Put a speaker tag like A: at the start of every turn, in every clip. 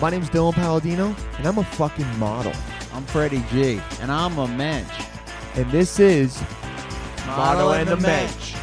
A: My name's Dylan Palladino, and I'm a fucking model.
B: I'm Freddie G, and I'm a mensch.
A: And this is
B: Model and the Mensch.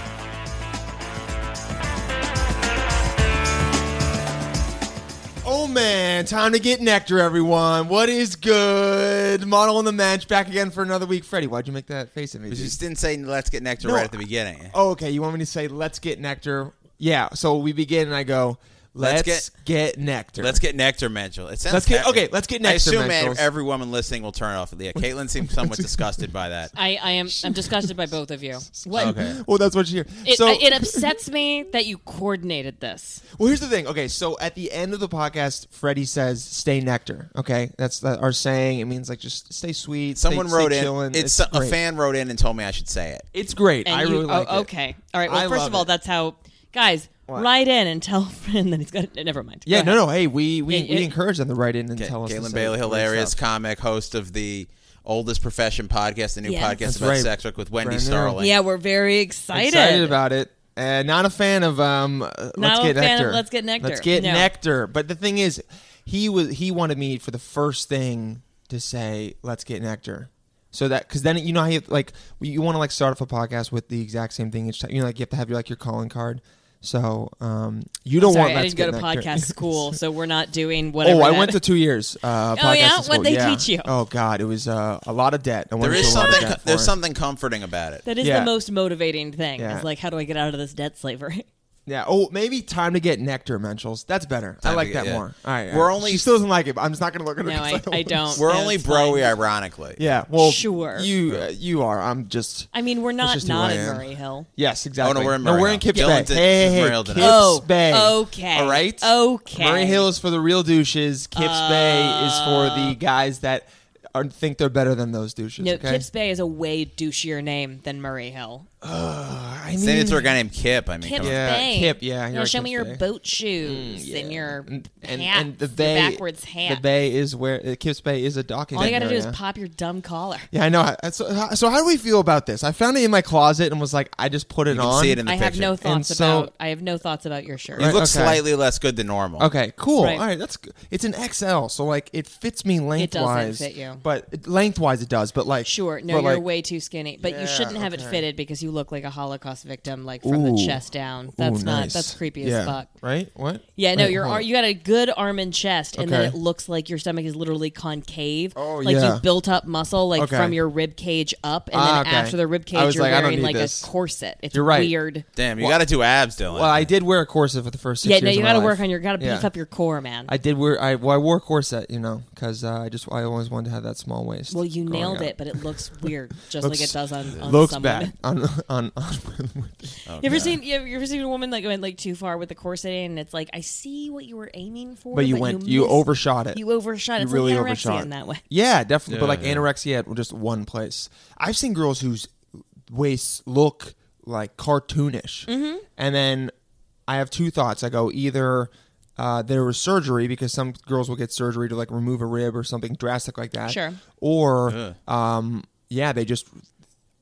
A: Oh man, time to get nectar, everyone. What is good? Model on the Mensch back again for another week. Freddie, why'd you make that face at me?
C: You
A: dude?
C: just didn't say let's get nectar
A: No,
C: right at the beginning.
A: Oh, okay. You want me to say, let's get nectar? Yeah. So we begin, and I go, let's,
C: Let's
A: get, nectar.
C: Let's get nectar, Mitchell. It sounds
A: Let's get-
C: happy.
A: okay, let's get
C: I
A: nectar,
C: assume
A: Mitchells.
C: every woman listening will turn off. Yeah, Caitlin seems somewhat disgusted by that.
D: I, I am I'm disgusted by both of you. What?
C: Okay.
A: Well, that's what you hear.
D: It,
A: so
D: it upsets me that you coordinated this.
A: Well, here's the thing. Okay, so at the end of the podcast, Freddie says, "Stay nectar." Okay, that's the, our saying. It means like just stay sweet. stay-
C: Someone
A: stay
C: wrote in.
A: chillin'. it's
C: It's, a
A: great.
C: fan wrote in and told me I should say it.
A: It's great.
D: And
A: I
D: you,
A: really like
D: oh,
A: it.
D: okay. All right.
A: I
D: Well, first
A: love
D: of all,
A: it.
D: that's how guys
A: What?
D: write in and tell a friend that he's got. It. Never mind. Go
A: Yeah. No.
D: ahead.
A: No. Hey, we we,
D: Yeah,
A: we
D: yeah.
A: encourage them to write in and
C: Ca-
A: tell us. to
C: Caitlin
A: say
C: Bailey,
A: great
C: hilarious
A: stuff.
C: comic, host of the oldest profession podcast, the new
D: Yes.
C: podcast
D: That's
C: about
A: right.
C: sex work with Wendy
A: Brand new.
C: Starling.
D: Yeah, we're very excited.
A: Excited about it. Uh, not a fan of um. uh, let's
D: a
A: get
D: fan of
A: nectar.
D: Let's Get Nectar.
A: Let's get
D: No.
A: nectar. But the thing is, he was he wanted me for the first thing to say, "Let's get nectar." So that because then you know how you like you want to like start off a podcast with the exact same thing each time. You know, like you have to have your like your calling card. So um, you don't
D: Sorry,
A: want.
D: I
A: Let's
D: didn't go to
A: Get Nectar.
D: podcast school, so we're not doing
A: Oh,
D: whatever.
A: I
D: that- Oh,
A: went to two years. Uh, podcasting
D: yeah?
A: school.
D: What'd they
A: Yeah.
D: teach you?
A: Oh God, it was uh, a lot of debt. I went
C: There
A: through
C: is
A: a lot of
C: something.
A: debt for
C: There's
A: it.
C: something comforting about it.
D: That is
A: Yeah.
D: the most motivating thing.
A: Yeah.
D: Is like, how do I get out of this debt slavery?
A: Yeah. Oh, maybe time to get nectar, Menschels. That's better. I
C: Time
A: like
C: to
A: that
C: get- yeah.
A: more. All right. all
C: We're
A: right.
C: only-
A: She still doesn't like it. But I'm just not going to look at her.
D: No,
A: 'cause
D: I, I don't.
C: We're
D: Yeah,
C: only
D: it's
C: broy,
D: fine.
C: ironically.
A: Yeah. Well,
D: Sure.
A: You uh, you are. I'm just.
D: I mean, we're
A: just who
D: not not
A: I
D: in
A: am.
D: Murray Hill.
A: Yes, exactly.
C: we're in
A: no,
C: Murray
A: we're in
C: Hill.
A: Kips Bay.
C: Dylan did-
A: Hey,
C: is
A: hey,
C: Murray
A: hey,
C: Hill
A: Kips
C: tonight.
D: Oh,
A: Bay.
D: okay.
A: All right.
D: Okay. Uh,
A: Murray Hill is for the real douches. Kips Bay is for the guys that are, think they're better than those douches.
D: No,
A: okay.
D: Kips Bay is a way douchier name than Murray Hill.
A: I mean,
C: Send it to a guy named Kip. I mean,
D: Kip
C: come on.
A: Yeah,
D: Bay.
A: Kip, yeah,
D: You
A: you're
D: know, show
A: Kip
D: me your
A: Bay.
D: boat shoes and your
A: and,
D: hats,
A: and the
D: your
A: bay
D: backwards hat.
A: The bay is where uh, Kips Bay is a docking.
D: All you gotta
A: area.
D: do is pop your dumb collar.
A: Yeah, I know. I- So, how- so how do we feel about this? I found it in my closet and was like, I just put it
C: You can
A: on.
C: see it in the
D: I
C: picture.
D: have no
A: And
D: thoughts
A: so-
D: about. I have no thoughts about your shirt.
C: you look
A: okay.
C: slightly less good than normal.
A: okay, cool.
D: Right.
A: All right, that's good. It's an XL, so like it fits me lengthwise.
D: fit you.
A: but it- lengthwise it does. But like,
D: Sure, no,
A: but,
D: you're
A: like,
D: way too skinny, but
A: Yeah,
D: you shouldn't have
A: okay.
D: it fitted because you look like a Holocaust victim, like from
A: Ooh.
D: the chest down.
A: ooh,
D: That's not.
A: nice.
D: That's creepy
A: Yeah,
D: as fuck.
A: Right? What?
D: Yeah, no,
A: Wait,
D: your
A: hold
D: ar-
A: on.
D: you got a good arm and chest, and
A: Okay.
D: then it looks like your stomach is literally concave.
A: Oh,
D: like
A: yeah.
D: you built up muscle, like
A: Okay.
D: from your rib cage up, and
A: Ah,
D: then
A: okay.
D: after the rib
A: I
D: cage,
A: was
D: you're
A: like, I don't
D: wearing
A: need
D: like
A: this.
D: a corset. It's
A: You're right.
D: weird.
C: Damn, you got to do abs, Dylan.
A: Well, I did wear a corset for the first six
D: yeah,
A: years.
D: no, you
A: got to
D: work on your. Got to beef
A: Yeah.
D: up your core, man.
A: I did wear. I, well, I wore a corset, you know, because uh, I just I always wanted to have that small waist.
D: well, you
A: growing
D: nailed
A: up.
D: it, but it looks weird, just
A: Looks-
D: like it does on, on
A: Looks
D: some
A: bad Oh,
D: women.
A: on on on women.
D: You ever seen you ever, you ever seen a woman like went like too far with the corset in, and it's like I see what you were aiming for,
A: but you went you
D: missed-
A: overshot it.
D: You overshot.
A: You
D: it's
A: really
D: like anorexia
A: overshot.
D: in that way.
A: Yeah, definitely. but
C: Yeah,
A: like
C: yeah.
A: anorexia at just one place. I've seen girls whose waists look like cartoonish,
D: Mm-hmm.
A: and then I have two thoughts. I go either. Uh, there was surgery because some girls will get surgery to like remove a rib or something drastic like that.
D: Sure.
A: Or, um, yeah, they just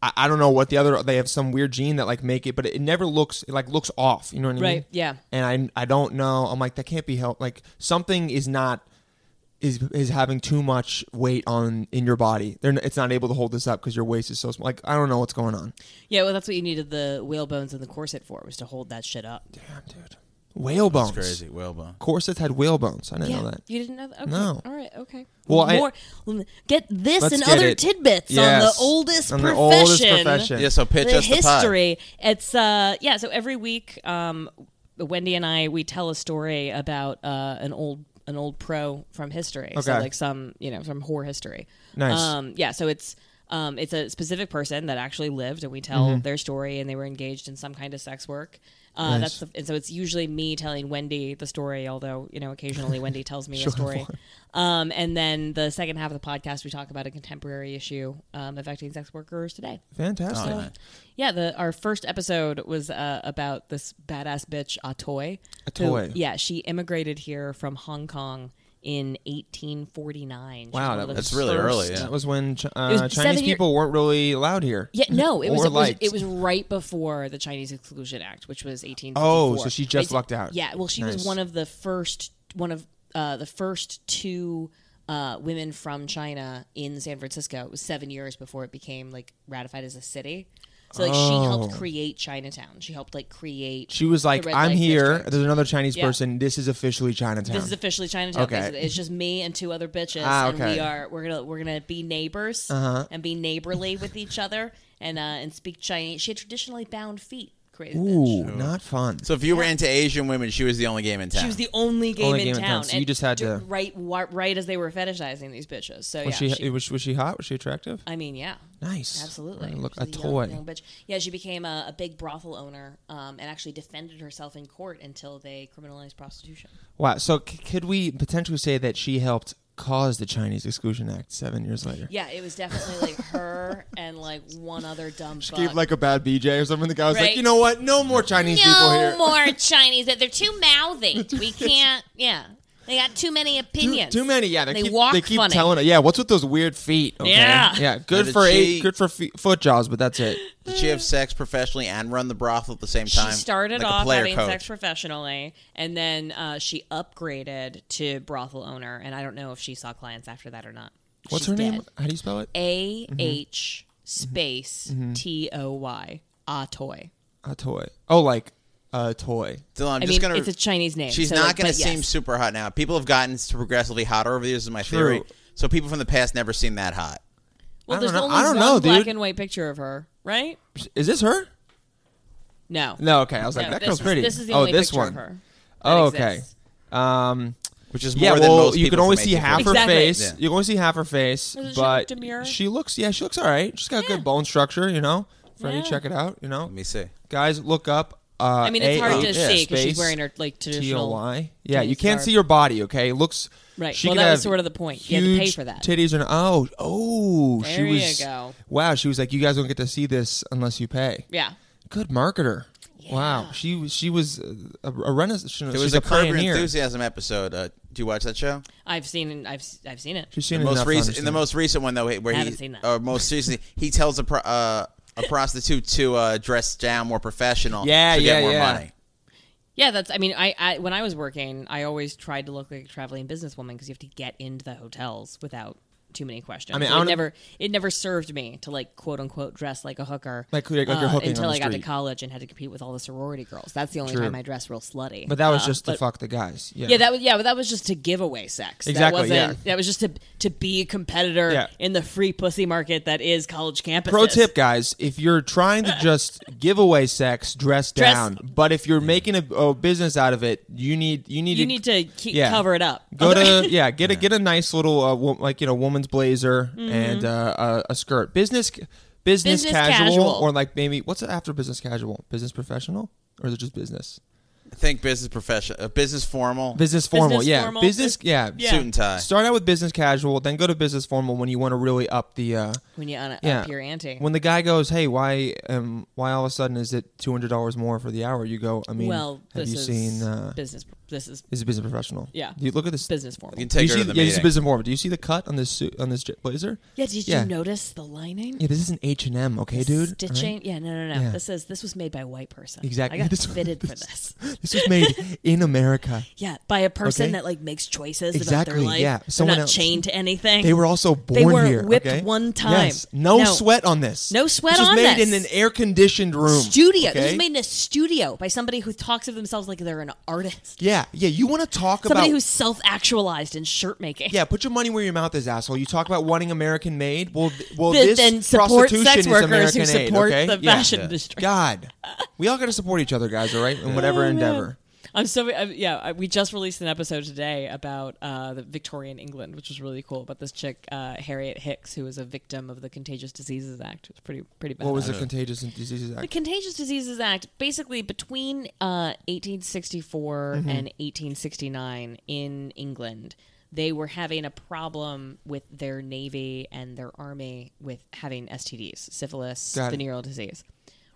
A: I, I don't know what the other they have some weird gene that like make it, but it never looks it like looks off. You know what I mean?
D: Right, yeah.
A: And I I don't know. I'm like that can't be helped. Like something is not is is having too much weight on in your body. They're n- it's not able to hold this up because your waist is so small. Like I don't know what's going on.
D: Yeah, well, that's what you needed the whale bones and the corset for was to hold that shit up.
A: Damn, dude. Whale bones.
C: It's crazy. Whalebone.
A: Corsets had whale bones. I didn't know that.
D: You didn't know that? Okay.
A: No.
D: All right. Okay.
A: Well, I-
D: More, get this
A: Let's
D: and
A: get
D: other
A: it.
D: tidbits on the
A: Yes.
D: oldest
A: On the
D: profession.
A: oldest profession.
C: Yeah, so pitch
D: the
C: us the pod.
D: history. It's uh yeah. So every week, um, Wendy and I we tell a story about uh an old an old pro from history. So
A: Okay.
D: like some you know from horror history.
A: Nice.
D: Um, yeah. So it's. Um, it's a specific person that actually lived, and we tell their story, and they were engaged in some kind of sex work. Uh, That's the, and so it's usually me telling Wendy the story, although you know occasionally Wendy tells me a story. Um, and then the second half of the podcast, we talk about a contemporary issue um, affecting sex workers today.
A: Fantastic.
C: Oh, nice.
D: Yeah, the our first episode was uh, about this badass bitch Atoy.
A: Atoy.
D: Who, yeah, she immigrated here from Hong Kong in 1849. She's
A: Wow,
D: one
A: that
D: of the
C: That's really early. Yeah.
A: That was when Chi-
D: was
A: uh, Chinese
D: seven year-
A: people weren't really allowed here.
D: Yeah, no, it was,
A: Or
D: it was
A: liked.
D: it was right before the Chinese Exclusion Act, which was 1854.
A: Oh, so she just
D: Basi-
A: lucked out.
D: Yeah, well, she
A: Nice.
D: was one of the first one of uh, the first two uh, women from China in San Francisco. It was seven years before it became like ratified as a city. So like she helped create Chinatown. She helped like create.
A: Oh. She was
D: the
A: like,
D: red
A: "I'm
D: light
A: here.
D: district.
A: There's another Chinese
D: Yeah.
A: person. This is officially Chinatown."
D: This is officially Chinatown.
A: Okay.
D: basically. It's just me and two other bitches,
A: Ah,
D: and
A: okay. Uh-huh.
D: we are we're gonna we're gonna be neighbors and be neighborly with each other and uh, and speak Chinese. She had traditionally bound feet. Crazy bitch.
A: Ooh, not fun.
C: So if you ran to Asian women, she was the only game in town.
D: She was the only game,
A: Only
D: in,
A: game in
D: town.
A: town, so you
D: and
A: just had
D: d-
A: to-
D: right wa- right as they were fetishizing these bitches. So
A: was
D: yeah,
A: she, was she was she hot? Was she attractive?
D: I mean, yeah.
A: Nice.
D: Absolutely.
A: Right, look,
D: She was
A: a
D: young-
A: toy.
D: young bitch. Yeah, she became a, a big brothel owner um, and actually defended herself in court until they criminalized prostitution.
A: Wow. So c- could we potentially say that she helped cause the Chinese Exclusion Act seven years later?
D: Yeah, it was definitely like her and like one other dumb fuck.
A: like a bad BJ or something. The guy was
D: like, Right. "You know
A: what? No more Chinese
E: no more Chinese. That they're too mouthy. We can't. Yeah, they got too many opinions.
A: Too many, yeah. They,
D: They
A: keep,
D: walk
A: they keep
D: funny.
A: telling her, yeah. What's with those weird feet? Okay?
D: Yeah.
A: yeah. Good
C: did
A: for
C: she-
A: eight, good for fe- foot jobs, but that's it.
C: Did she have sex professionally and run the brothel at the same
D: she
C: time?
D: started
C: Like a
D: off
C: player
D: having
C: coach.
D: sex professionally, and then uh, she upgraded to brothel owner. And I don't know if she saw clients after that or not.
A: What's
D: She's
A: her name? Mm-hmm.
D: dead.
A: How do you spell it?
D: A H space
A: Mm-hmm.
D: T O Y. Atoy.
A: A toy. Oh, like a toy.
C: Dylan, I'm
D: I
C: just
D: mean,
C: gonna.
D: it's a Chinese name.
C: She's
D: so,
C: not
D: like,
C: going to
D: but yes.
C: seem super hot now. People have gotten s- progressively hotter over the years. Is my theory.
A: True.
C: So people from the past never seem that hot.
D: Well,
A: I
D: there's
A: don't know-
D: only
A: I don't
D: one
A: know,
D: black
A: dude.
D: and white picture of her, right?
A: Is this her?
D: No.
A: No. Okay. I was like,
D: No,
A: that
D: this
A: girl's
D: is-
A: pretty.
D: This is the
A: oh,
D: only
A: this
D: picture
A: one.
D: of her. that
A: Oh, okay.
D: exists.
A: Um.
C: Which is
A: Yeah,
C: more than
A: well,
C: most
A: you
C: people
A: can only
C: from
A: see
C: 18
A: half her
D: Exactly.
A: face.
C: Yeah.
A: You can only see half her face,
D: Doesn't she look
A: but
D: demure?
A: she looks. Yeah, she looks all right. She's got good bone structure. You know, Freddie,
D: Yeah.
A: check it out. You know,
C: Let me see.
A: guys, look up. Uh,
D: I mean, it's hard to
A: AH
D: see because she's
A: space
D: wearing her like traditional.
A: TOY. Yeah, you
D: Chinese
A: can't
D: garb.
A: see your body. Okay, it looks.
D: Right.
A: She
D: Well,
A: could
D: that was
A: have
D: sort of the point. You had to
A: huge
D: pay for that.
A: Titties and oh, oh, she
D: There you
A: was.
D: go.
A: Wow, she was like, you guys don't get to see this unless you pay.
D: Yeah.
A: Good marketer. Wow,
D: Yeah.
A: she was. she was uh, a, a renaissance.
C: There was
A: a,
C: a Curb Your
A: pioneer.
C: Enthusiasm episode. Uh, do you watch that show?
D: I've seen. I've I've seen it.
A: She's seen
C: most
A: enough to
C: recent, in the
A: understand.
C: most recent one though, where
D: I
C: he
D: haven't seen that.
C: or most recently, he tells a pro, uh, a prostitute to uh, dress down more professional.
A: Yeah,
C: to
A: yeah,
C: get more
A: yeah.
C: money.
D: Yeah, that's. I mean, I, I when I was working, I always tried to look like a traveling businesswoman because you have to get into the hotels without too many questions.
A: I mean,
D: So
A: I
D: it
A: wanna-
D: never it never served me to like quote unquote dress like a hooker, uh,
A: Like- like- like you're hooking
D: until
A: on the
D: I got to
A: street.
D: college and had to compete with all the sorority girls. That's the only
A: True.
D: time I dressed real slutty.
A: But that was
D: Uh,
A: just to
D: but-
A: fuck the guys. Yeah.
D: Yeah, that was yeah, but that was just to give away sex.
A: Exactly,
D: That
A: yeah.
D: wasn't, That was just to to be a competitor
A: Yeah.
D: in the free pussy market that is college campus.
A: Pro tip, guys: If you're trying to just give away sex, dress,
D: Dress-
A: down. But if you're making a, a business out of it, you need you need
D: You
A: to,
D: need to keep,
A: yeah.
D: cover it up.
A: go to yeah get a get a nice little uh, wo- like you know woman's blazer and uh, a, a skirt. Business business,
D: Mm-hmm. Business
A: casual,
D: casual.
A: or like maybe what's it after business casual? Business professional or is it just business?
C: I think business professional, uh, business formal,
A: Business formal, yeah.
D: formal,
A: business,
D: bus-
A: yeah.
D: yeah.
C: suit and tie.
A: Start out with business casual, then go to business formal when you want to really up the. Uh,
D: when you un-
A: yeah.
D: up your ante.
A: When the guy goes, "Hey, why um why all of a sudden is it two hundred dollars more for the hour?" You go, "I mean,
D: well,
A: have
D: this
A: you
D: is
A: seen? Uh,
D: business. This is
A: is a business professional?
D: Yeah.
A: Do you look at this?
D: business formal.
C: you can
A: Do you
C: take her
A: see?
C: to the
A: yeah, this is
C: meeting.
A: business formal. Do you see the cut on this suit on this j- blazer?
D: Yeah, did
A: Yeah.
D: you notice the lining?
A: Yeah, this is an H and M. Okay, dude. All right?
D: Stitching? Yeah, no, no, no.
A: Yeah.
D: This is this was made by a white person.
A: Exactly.
D: I got
A: This-
D: fitted for this.
A: This was made in America.
D: Yeah, by a person
A: Okay.
D: that like makes choices about
A: Exactly,
D: their life.
A: yeah.
D: They're
A: Someone
D: not
A: else.
D: chained to anything.
A: They were also born
D: were
A: here.
D: whipped
A: okay?
D: one time.
A: Yes. No,
D: No.
A: sweat on this.
D: No sweat
A: this was
D: on
A: made
D: this.
A: in an air conditioned room.
D: studio. This
A: okay?
D: was made in a studio by somebody who talks of themselves like they're an artist.
A: Yeah, yeah. You want to talk
D: Somebody
A: about
D: who's self-actualized in shirt making.
A: Yeah, put your money where your mouth is, asshole. You talk about wanting American made. Well, th- well,
D: Th-
A: this
D: then support
A: prostitution
D: sex
A: is
D: workers who
A: American aid,
D: support
A: okay?
D: the
A: Yeah.
D: fashion
C: Yeah.
D: industry. Oh,
A: God, we all got to support each other, guys. All right, in whatever endeavor.
D: I'm so I, yeah. I, we just released an episode today about uh, the Victorian England, which was really cool. About this chick uh, Harriet Hicks, who was a victim of the Contagious Diseases Act. It was pretty pretty bad.
A: What was the Contagious and Diseases
D: The
A: Act?
D: Contagious Diseases Act, basically between uh, 1864
A: Mm-hmm.
D: and 1869 in England, they were having a problem with their navy and their army with having STDs, syphilis,
A: Got it.
D: venereal disease.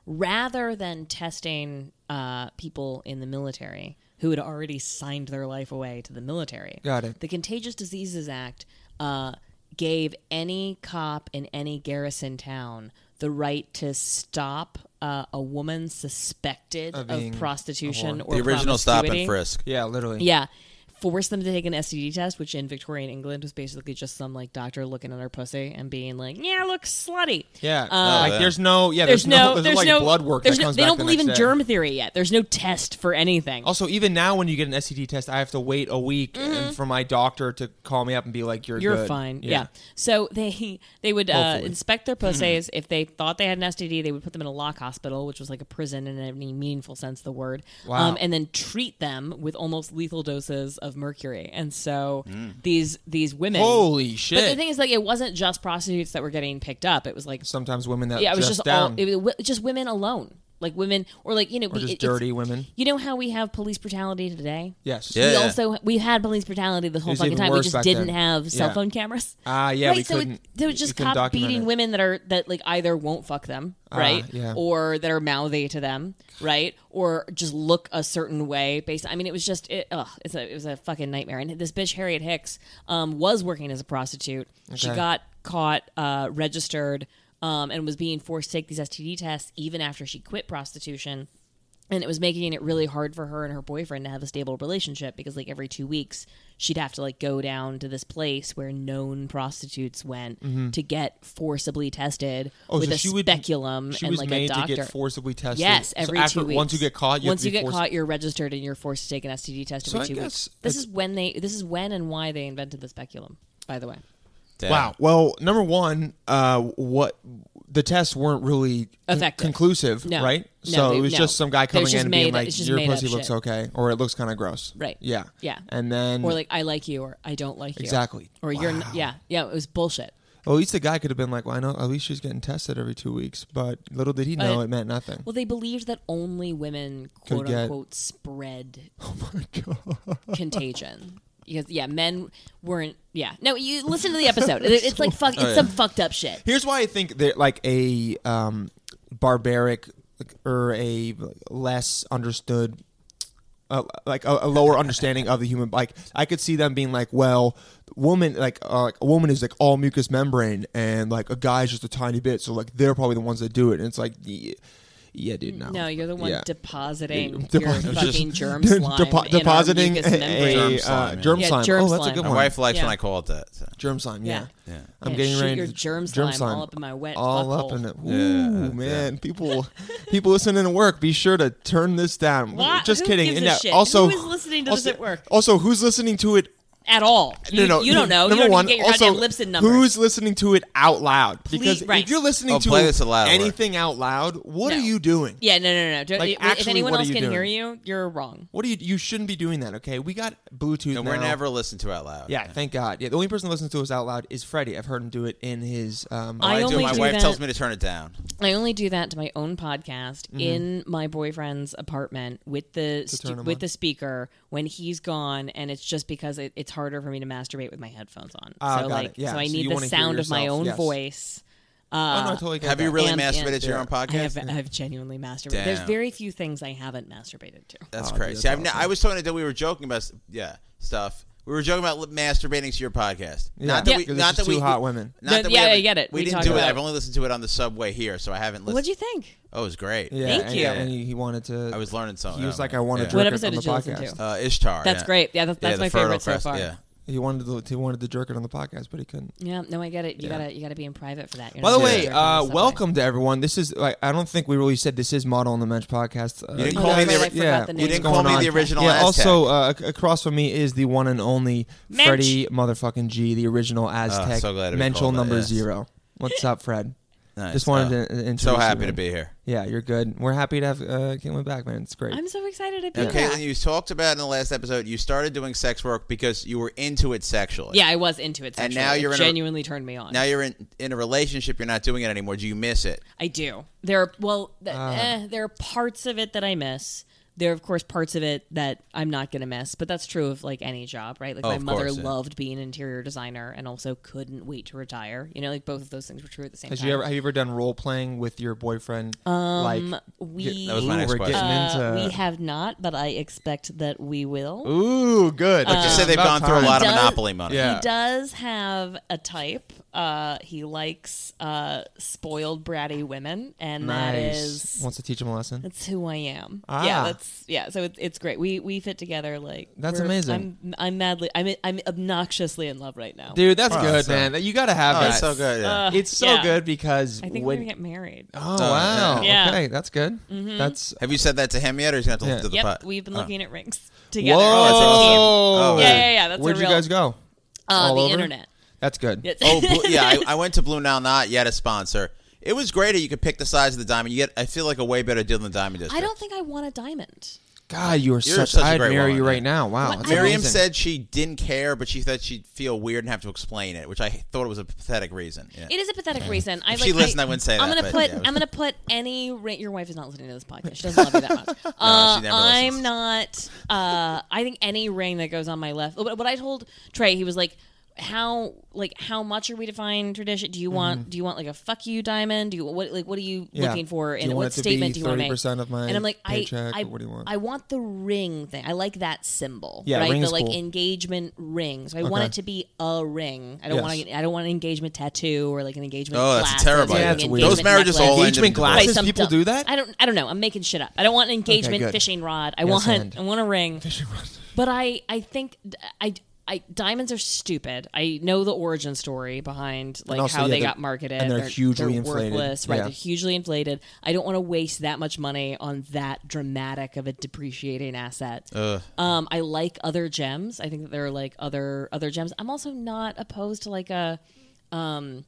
D: Rather than testing uh, people in the military who had already signed their life away to the military,
A: Got it.
D: the Contagious Diseases Act uh, gave any cop in any garrison town the right to stop uh, a woman suspected of,
A: being a
D: prostitution
A: whore.
D: or
C: the original stop and
D: promiscuity.
C: frisk.
A: Yeah, literally.
D: Yeah. force them to take an STD test, which in Victorian England was basically just some like doctor looking at her pussy and being like, "Yeah, look slutty."
A: Yeah,
D: Uh,
A: like there's no yeah,
D: There's, no,
A: there's,
D: there's
A: like
D: no
A: blood work
D: There's
A: that
D: no,
A: comes
D: they
A: back
D: don't
A: the
D: believe in
A: next day.
D: germ theory yet. There's no test for anything.
A: Also, even now when you get an STD test, I have to wait a week and for my doctor to call me up and be like, "You're
D: Mm-hmm. You're
A: good.
D: fine. Yeah. So they they would uh,
A: Hopefully. Hmm.
D: inspect their pussies. if they thought they had an STD, they would put them in a lock hospital, which was like a prison in any meaningful sense of the word. um,
A: Wow.
D: and then treat them with almost lethal doses of mercury. And so these these women.
A: Hmm. Holy
D: But the
A: shit!
D: thing is, like, it wasn't just prostitutes that were getting picked up. It was like,
A: Sometimes women that
D: yeah, it was just, all
A: down
D: it was just women alone, like women or like you know,
A: or just
D: it- it's-
A: dirty women.
D: You know how we have police brutality today?
A: Yes.
C: Yeah.
D: we also we've had police brutality the
A: It
D: whole
A: was
D: fucking
A: even
D: time. We
A: worse
D: just
A: back
D: didn't
A: then.
D: have cell
A: Yeah.
D: phone cameras.
A: Ah, yeah,
D: right.
A: we
D: so
A: couldn't-
D: it, there was
A: we
D: just
A: couldn't
D: cops
A: document
D: beating
A: it. Ah,
D: women that are that like either won't fuck them, right,
A: yeah.
D: or that are mouthy to them, right, or just look a certain way. Based, I mean, it was just it. Ugh, it's a, it was a fucking nightmare. And this bitch Harriet Hicks um, was working as a prostitute. She
A: Okay.
D: got caught, uh, registered. Um, and was being forced to take these STD tests even after she quit prostitution and it was making it really hard for her and her boyfriend to have a stable relationship because like every two weeks she'd have to like go down to this place where known prostitutes went to get forcibly tested
A: Mm-hmm. Oh,
D: with
A: so
D: a
A: she would-
D: speculum
A: She
D: and
A: was
D: like
A: made
D: a doctor
A: to get forcibly tested.
D: yes
A: So
D: every
A: after-
D: two weeks
A: Once you get caught, you
D: once
A: have to
D: you
A: be
D: get
A: forced-
D: caught you're registered and you're forced to take an std test
A: So
D: every
A: I
D: two
A: guess
D: weeks this
A: it's-
D: is when they this is when and why they invented the speculum by the way
C: Damn.
A: Wow. Well, number one, uh, what the tests weren't really con-
D: Effective.
A: conclusive,
D: No.
A: right?
D: No,
A: so
D: they-
A: it was
D: no.
A: just some guy
D: They
A: coming
D: was
A: in
D: just
A: and
D: made-
A: being like,
D: it's just
A: "Your
D: made up
A: pussy looks
D: shit.
A: okay," or "It looks kind of gross."
D: Right.
A: Yeah.
D: Yeah.
A: And then,
D: or like i like you or i don't like you
A: Exactly.
D: or you're n- yeah yeah it was bullshit
A: well, at least the guy could have been like, "Well, I know. At least she's getting tested every two weeks." But little did he know,
D: But-
A: it meant nothing.
D: Well, they believed that only women,
A: Could
D: quote
A: get-
D: unquote, spread
A: oh my god.
D: contagion. Because yeah, men weren't. Yeah, no. You listen to the episode. It- It's like
A: Oh,
D: fuck. It's some fucked up shit.
A: Here's why I think that like a um, barbaric like, or a less understood, uh, like a, a lower understanding of the human. Like I could see them being like, well, woman, like, uh, like a woman is like all mucous membrane, and like a guy's just a tiny bit. So like they're probably the ones that do it. And it's like, yeah, yeah dude, no,
D: No, you're the one
A: Oh, Yeah.
D: depositing
A: Depo-
D: your
A: just-
D: fucking germ
A: Depo-
D: slime. in our
A: depositing
D: mucous
A: a,
D: membrane.
A: a, uh,
C: Germ slime, yeah.
A: germ
D: Yeah,
A: slime.
D: germ
A: oh, that's a
D: slime.
A: good
C: My
D: My
A: one.
C: wife likes
D: Yeah.
C: when I call it that. so.
A: germ slime. Yeah.
D: Yeah.
C: Yeah.
A: I'm
D: Yeah,
A: getting
D: shoot
A: ready.
D: your
A: to-
D: germ slime all up in my wet
A: all
D: fuck
A: up
D: hole.
A: in it. Ooh,
C: Yeah,
A: man, people, people listening at work, be sure to turn this down.
D: What?
A: Just
D: Who
A: kidding.
D: gives
A: And
D: a
A: now-
D: shit?
A: Also,
D: Who is listening to
A: also,
D: this at work?
A: Also, who's listening to it?
D: At all? You,
A: no, no.
D: you don't know.
A: Number
D: you don't
A: one.
D: even get your
A: also,
D: goddamn lips in numbers.
A: who's listening to it out loud? Because
D: right.
A: if you're listening
C: Oh,
A: to
C: play this out loud at work.
A: anything out loud, what are
D: No.
A: you doing?
D: yeah, no, no, no. Don't,
A: Like,
D: if
A: actually,
D: anyone
A: what are
D: else
A: you
D: can
A: doing?
D: hear you, you're wrong.
A: What do you? You shouldn't be doing that. Okay, we got Bluetooth.
C: And we're
A: now.
C: never listened to out loud.
A: Yeah, thank God. Yeah, the only person that listens to us out loud is Freddie. I've heard him do it in his. Um,
C: Oh, I,
D: I
C: do.
D: only
C: My
D: do
C: wife
D: that-
C: tells me to turn it down.
D: I only do that to my own podcast in my boyfriend's apartment with the
A: Mm-hmm. turn
D: stu-
A: 'em
D: with
A: on.
D: the speaker when he's gone, and it's just because it, it's harder for me to masturbate with my headphones on.
A: Ah,
D: so
A: got
D: like,
A: it. Yeah,
D: so I
A: so you
D: need
A: wanna
D: the
A: hear
D: sound of my
A: yourself.
D: own
A: Yes.
D: voice.
A: oh, no, I totally get
C: Have you
A: that.
C: really
D: And-
C: masturbated
D: and-
C: to your own
D: I have,
C: podcast?
D: I've genuinely masturbated. There's
C: Damn.
D: very few things I haven't masturbated to.
C: That's
A: Oh, dude,
C: crazy.
A: that's
C: See, I've ne-
A: awesome.
C: I was talking to Dylan. We were joking about s- yeah stuff. We were joking about li- masturbating to your podcast.
A: Yeah,
C: Not that we,
A: because it's
C: not
A: just
C: that we,
A: two hot women.
C: Not
D: No,
C: that we
D: yeah, I
C: haven't-
D: get it.
C: We,
D: We
C: didn't
D: talked
C: do it.
D: about
C: I've
D: it.
C: only listened to it on the subway here, so I haven't listened.
D: What'd you think?
C: Oh, it was great.
A: Yeah,
D: Thank
A: and-
D: you.
A: And he, he wanted to.
C: I was learning something.
A: He was
C: Oh,
A: like, I want to.
C: yeah.
A: jerk
D: What
A: it
D: episode
A: on the
D: did you listen
A: podcast.
D: to?
C: Uh, Ishtar.
D: That's
C: yeah.
D: great. Yeah, that's,
C: Yeah,
D: that's
C: the
D: my
C: fertile
D: favorite so
C: crest,
D: far.
C: Yeah.
A: He wanted to. He wanted to jerk it on the podcast, but he couldn't.
D: Yeah, no, I get it. You gotta you gotta be in private for that. You're
A: By the
D: not gonna
A: way,
D: jerk on
A: uh,
D: the subway.
A: welcome to everyone. This is like I don't think we really said this is Model on the Mensch podcast. Uh,
C: You didn't
D: Oh,
C: call me
D: that's
C: the
D: right, I
C: ori-
D: forgot
A: yeah.
D: the
A: You
D: name.
C: didn't
A: What's
C: call
A: going
C: me the
A: on?
C: original
A: Yeah.
C: Aztec.
A: Also, uh, ac- across from me is the one and only
E: Mensch.
A: Freddie motherfucking G, the original Aztec.
C: Ah, so glad to be
A: Menschel
C: called that,
A: number
C: yes.
A: zero. What's up, Fred?
C: Nice.
A: Just wanted
C: Oh,
A: to. Uh, introduce
C: So
A: you,
C: happy to
A: man.
C: be here.
A: Yeah, you're good. We're happy to have uh, Caitlin back, man. It's great.
D: I'm so excited to be
C: Now,
D: back.
C: Caitlin, you talked about in the last episode, you started doing sex work because you were into it sexually.
D: Yeah, I was into it. Sexually.
C: And now you're
D: it
C: in a-
D: genuinely turned me on.
C: Now you're in in a relationship. You're not doing it anymore. Do you miss it?
D: I do. There are well, th-
A: Ah.
D: eh, there are parts of it that I miss. There are of course parts of it that I'm not gonna miss, but that's true of like any job, right? Like
C: Oh,
D: my
C: of
D: mother
C: course, yeah.
D: loved being an interior designer and also couldn't wait to retire. You know, like both of those things were true at the same
A: Has
D: time.
A: you ever have you ever done role playing with your boyfriend? like
D: Um, we-
C: That was my
A: ooh,
C: next
A: we're
C: question.
A: getting
D: Uh,
A: into-
D: we have not, but I expect that we will.
A: Ooh, good.
D: Oh, Uh,
C: Like you said, they've gone through a lot of
D: Does-
C: monopoly money.
A: Yeah.
D: He does have a type, Uh, he likes uh, spoiled bratty women, and that
A: Nice.
D: is
A: Wants to teach him a lesson.
D: that's who I am.
A: Ah.
D: Yeah, that's yeah. So it's it's great. We we fit together like
A: That's
D: we're-
A: amazing.
D: I'm I'm madly I'm I'm obnoxiously in love right now.
A: Dude, that's
C: Oh,
A: good,
C: so-
A: man. That- You got to have
C: Oh,
A: that.
C: it's so good. Yeah.
D: Uh,
A: It's so
D: yeah.
A: good because
D: I
A: when
D: think we're gonna get married.
A: Oh
C: Done.
A: wow!
D: Yeah. Mm-hmm.
A: Okay, that's good. That's
C: Have you said that to him yet, or is he going to have to
A: Yeah.
C: look to the
D: Yep,
C: putt?
D: we've been
A: uh.
C: Oh.
D: looking at rings together.
C: that's a team. Oh,
D: yeah, yeah, yeah, that's a
A: Where'd you
D: real-
A: guys go?
D: Uh,
A: all
D: the
A: over?
D: internet.
A: That's good.
D: It's-
C: Oh, Blue, yeah. I, I went to Blue Now, not yet a sponsor. It was great. that You could pick the size of the diamond. You get, I feel like a way better deal than the diamond district.
D: I don't think I want a diamond.
A: God, you are such.
C: such a
A: I'd
C: great
A: marry
C: woman,
A: you right
C: yeah.
A: now. Wow. that's
C: Miriam
A: amazing.
C: said she didn't care, but she thought she'd feel weird and have to explain it, which I thought was a pathetic reason. Yeah.
D: It is a pathetic reason. I
C: If
D: like.
C: she listened,
D: I,
C: I wouldn't say
D: I'm
C: that,
D: gonna
C: but
D: put.
C: yeah.
D: I'm gonna put any. Ra- your wife is not listening to this podcast. She doesn't love you that much. uh,
C: never listens.
D: I'm not. Uh, I think any ring that goes on my left. What, what I told Trey, he was like, "How like how much are we defining tradition? Do you want do you want like a fuck you diamond? Do you what like what are you
A: Mm-hmm. Yeah.
D: looking for?
A: Do
D: And
A: you want
D: what
A: it to be
D: statement do you want to make?
A: 30% of my
D: and I'm like, I,
A: paycheck,
D: I
A: or what do you want?
D: I want the ring thing. I like that symbol.
A: Yeah,
D: right.
A: ring
D: The
A: is
D: like
A: cool.
D: engagement ring. So I want
A: Okay.
D: it to be a ring. I don't
A: Yes.
D: want to. I don't want an engagement tattoo or like an engagement.
C: Oh, that's
D: glasses
C: a terrible
D: or
A: Yeah,
C: idea.
A: that's
D: an
A: weird.
D: engagement
C: Those marriages
D: necklace.
C: all ended in
A: Engagement
C: divorce.
A: glasses?
D: Wait, some
A: People
D: dumb-
A: do that?
D: I don't. I don't know. I'm making shit up. I don't want an engagement
A: good.
D: fishing rod. I
A: Yes,
D: want.
A: and-
D: I want a ring. But I. I think. d- I. I diamonds are stupid. I know the origin story behind like
A: also,
D: how
A: yeah,
D: they
A: they're-
D: got marketed.
A: and they're hugely inflated.
D: worthless, right?
A: Yeah.
D: They're hugely inflated. I don't want to waste that much money on that dramatic of a depreciating asset. Um, I like other gems. I think that there are like other other gems. I'm also not opposed to like a, um,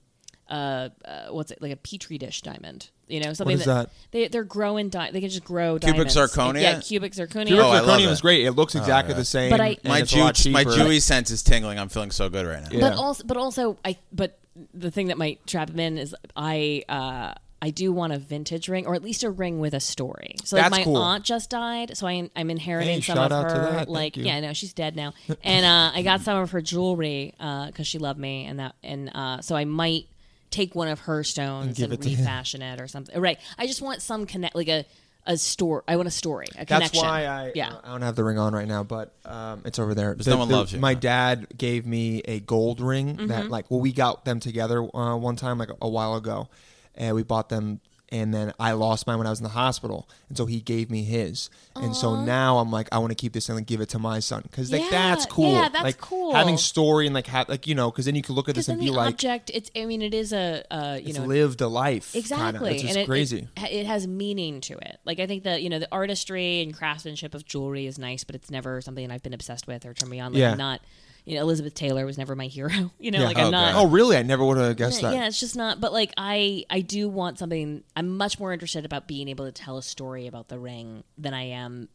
D: uh, uh what's it like a petri dish diamond? You know something
A: is that?
D: they they're growing. Di- they can just grow
C: Cubic
D: diamonds.
C: zirconia?
D: Yeah, cubic zirconia.
A: Cubic
C: Oh, I love
A: zirconium is
C: it. Uh,
A: great. It looks exactly the same.
D: But I-
A: and
C: my
A: it's a lot
C: Jew, my
A: cheaper.
C: Jewy sense is tingling. I'm feeling so good right now.
A: Yeah.
D: But also, but also, I but the thing that might trap him in is I uh, I do want a vintage ring or at least a ring with a story. So like
A: That's
D: my
A: cool.
D: aunt just died, so I, I'm inheriting
A: Hey,
D: some
A: shout
D: of
A: out to that.
D: her
A: Thank
D: like
A: you.
D: yeah, no, she's dead now, and uh, I got some of her jewelry because she loved me, and that and uh, so I might take one of her stones
A: give
D: and,
A: it to him.
D: refashion it or something. Right, I just want some connect like a. A store. I want a story. A
A: That's
D: connection.
A: why I uh,
D: Yeah.
A: I don't have the ring on right now, but um, it's over there. The-
C: no one
A: the-
C: loves you.
A: My dad gave me a gold ring
D: Mm-hmm.
A: that like well we got them together uh, one time like a while ago, and we bought them. And then I lost mine when I was in the hospital, and so he gave me his. And so now I'm like, I want to keep this and like, give it to my son because like
D: Yeah,
A: that's cool.
D: yeah, that's
A: like,
D: cool.
A: Having story and like have like you know because then you can look at this
D: Because
A: and
D: then
A: be
D: the
A: like,
D: object, it's. I mean, it is a. Uh, you
A: it's
D: know,
A: lived a life.
D: exactly
A: Kinda. It's just
D: and it,
A: crazy.
D: it, it has meaning to it like i think that you know the artistry and craftsmanship of jewelry is nice but it's never something i've been obsessed with or turned me on like
A: Yeah.
D: i'm not you know elizabeth taylor was never my hero you know
A: Yeah.
D: like
C: Oh,
D: i'm not
A: oh really? I never would have guessed
D: yeah,
A: that.
D: yeah, it's just not. But like, I I do want something. I'm much more interested about being able to tell a story about the ring than I am,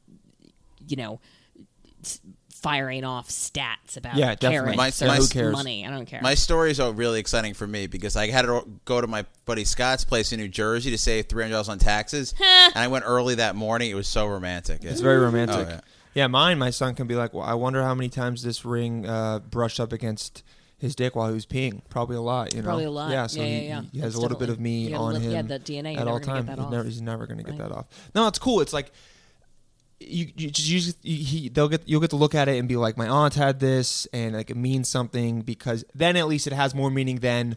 D: you know, s- firing off stats about
A: Yeah, definitely.
D: carrots
C: My-
D: or
C: my- Who
A: cares?
D: money. I don't care.
C: My stories are really exciting for me because I had to go to my buddy Scott's place in New Jersey to save three hundred dollars on taxes, and I went early that morning. It was so romantic. Yeah.
A: It's very romantic.
C: Oh,
A: yeah.
C: yeah.
A: mine, my son can be like, well, I wonder how many times this ring uh, brushed up against his dick while he was peeing. Probably a lot, you know.
D: Probably a lot.
A: Yeah, so
D: Yeah,
A: he,
D: yeah, yeah.
A: he has
D: It's
A: a little bit of
D: definitely-
A: me
D: you gotta
A: on
D: look-
A: him.
D: yeah, that DNA, you're
A: at
D: never
A: all
D: gonna
A: times.
D: get that
A: He's
D: off.
A: never, he's never going to get that off. No, it's cool. It's like. You, you just you, just- you- he, they'll get you'll get to look at it and be like my aunt had this and like it means something because then at least it has more meaning than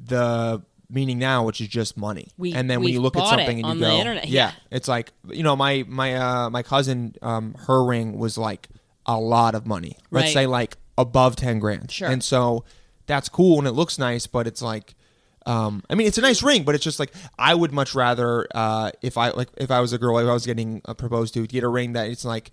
A: the meaning now, which is just money.
D: We-
A: and then
D: we
A: when you look at
D: bought
A: something and
D: it
A: you
D: on
A: go,
D: the internet.
A: yeah,
D: Yeah.
A: it's like you know my my uh, my cousin, um, her ring was like a lot of money. Let's
D: Right.
A: say like above ten grand.
D: Sure.
A: And so that's cool and it looks nice, but it's like. Um, I mean, it's a nice ring, but it's just like I would much rather uh, if I like if I was a girl, if I was getting uh, proposed to, get a ring that it's like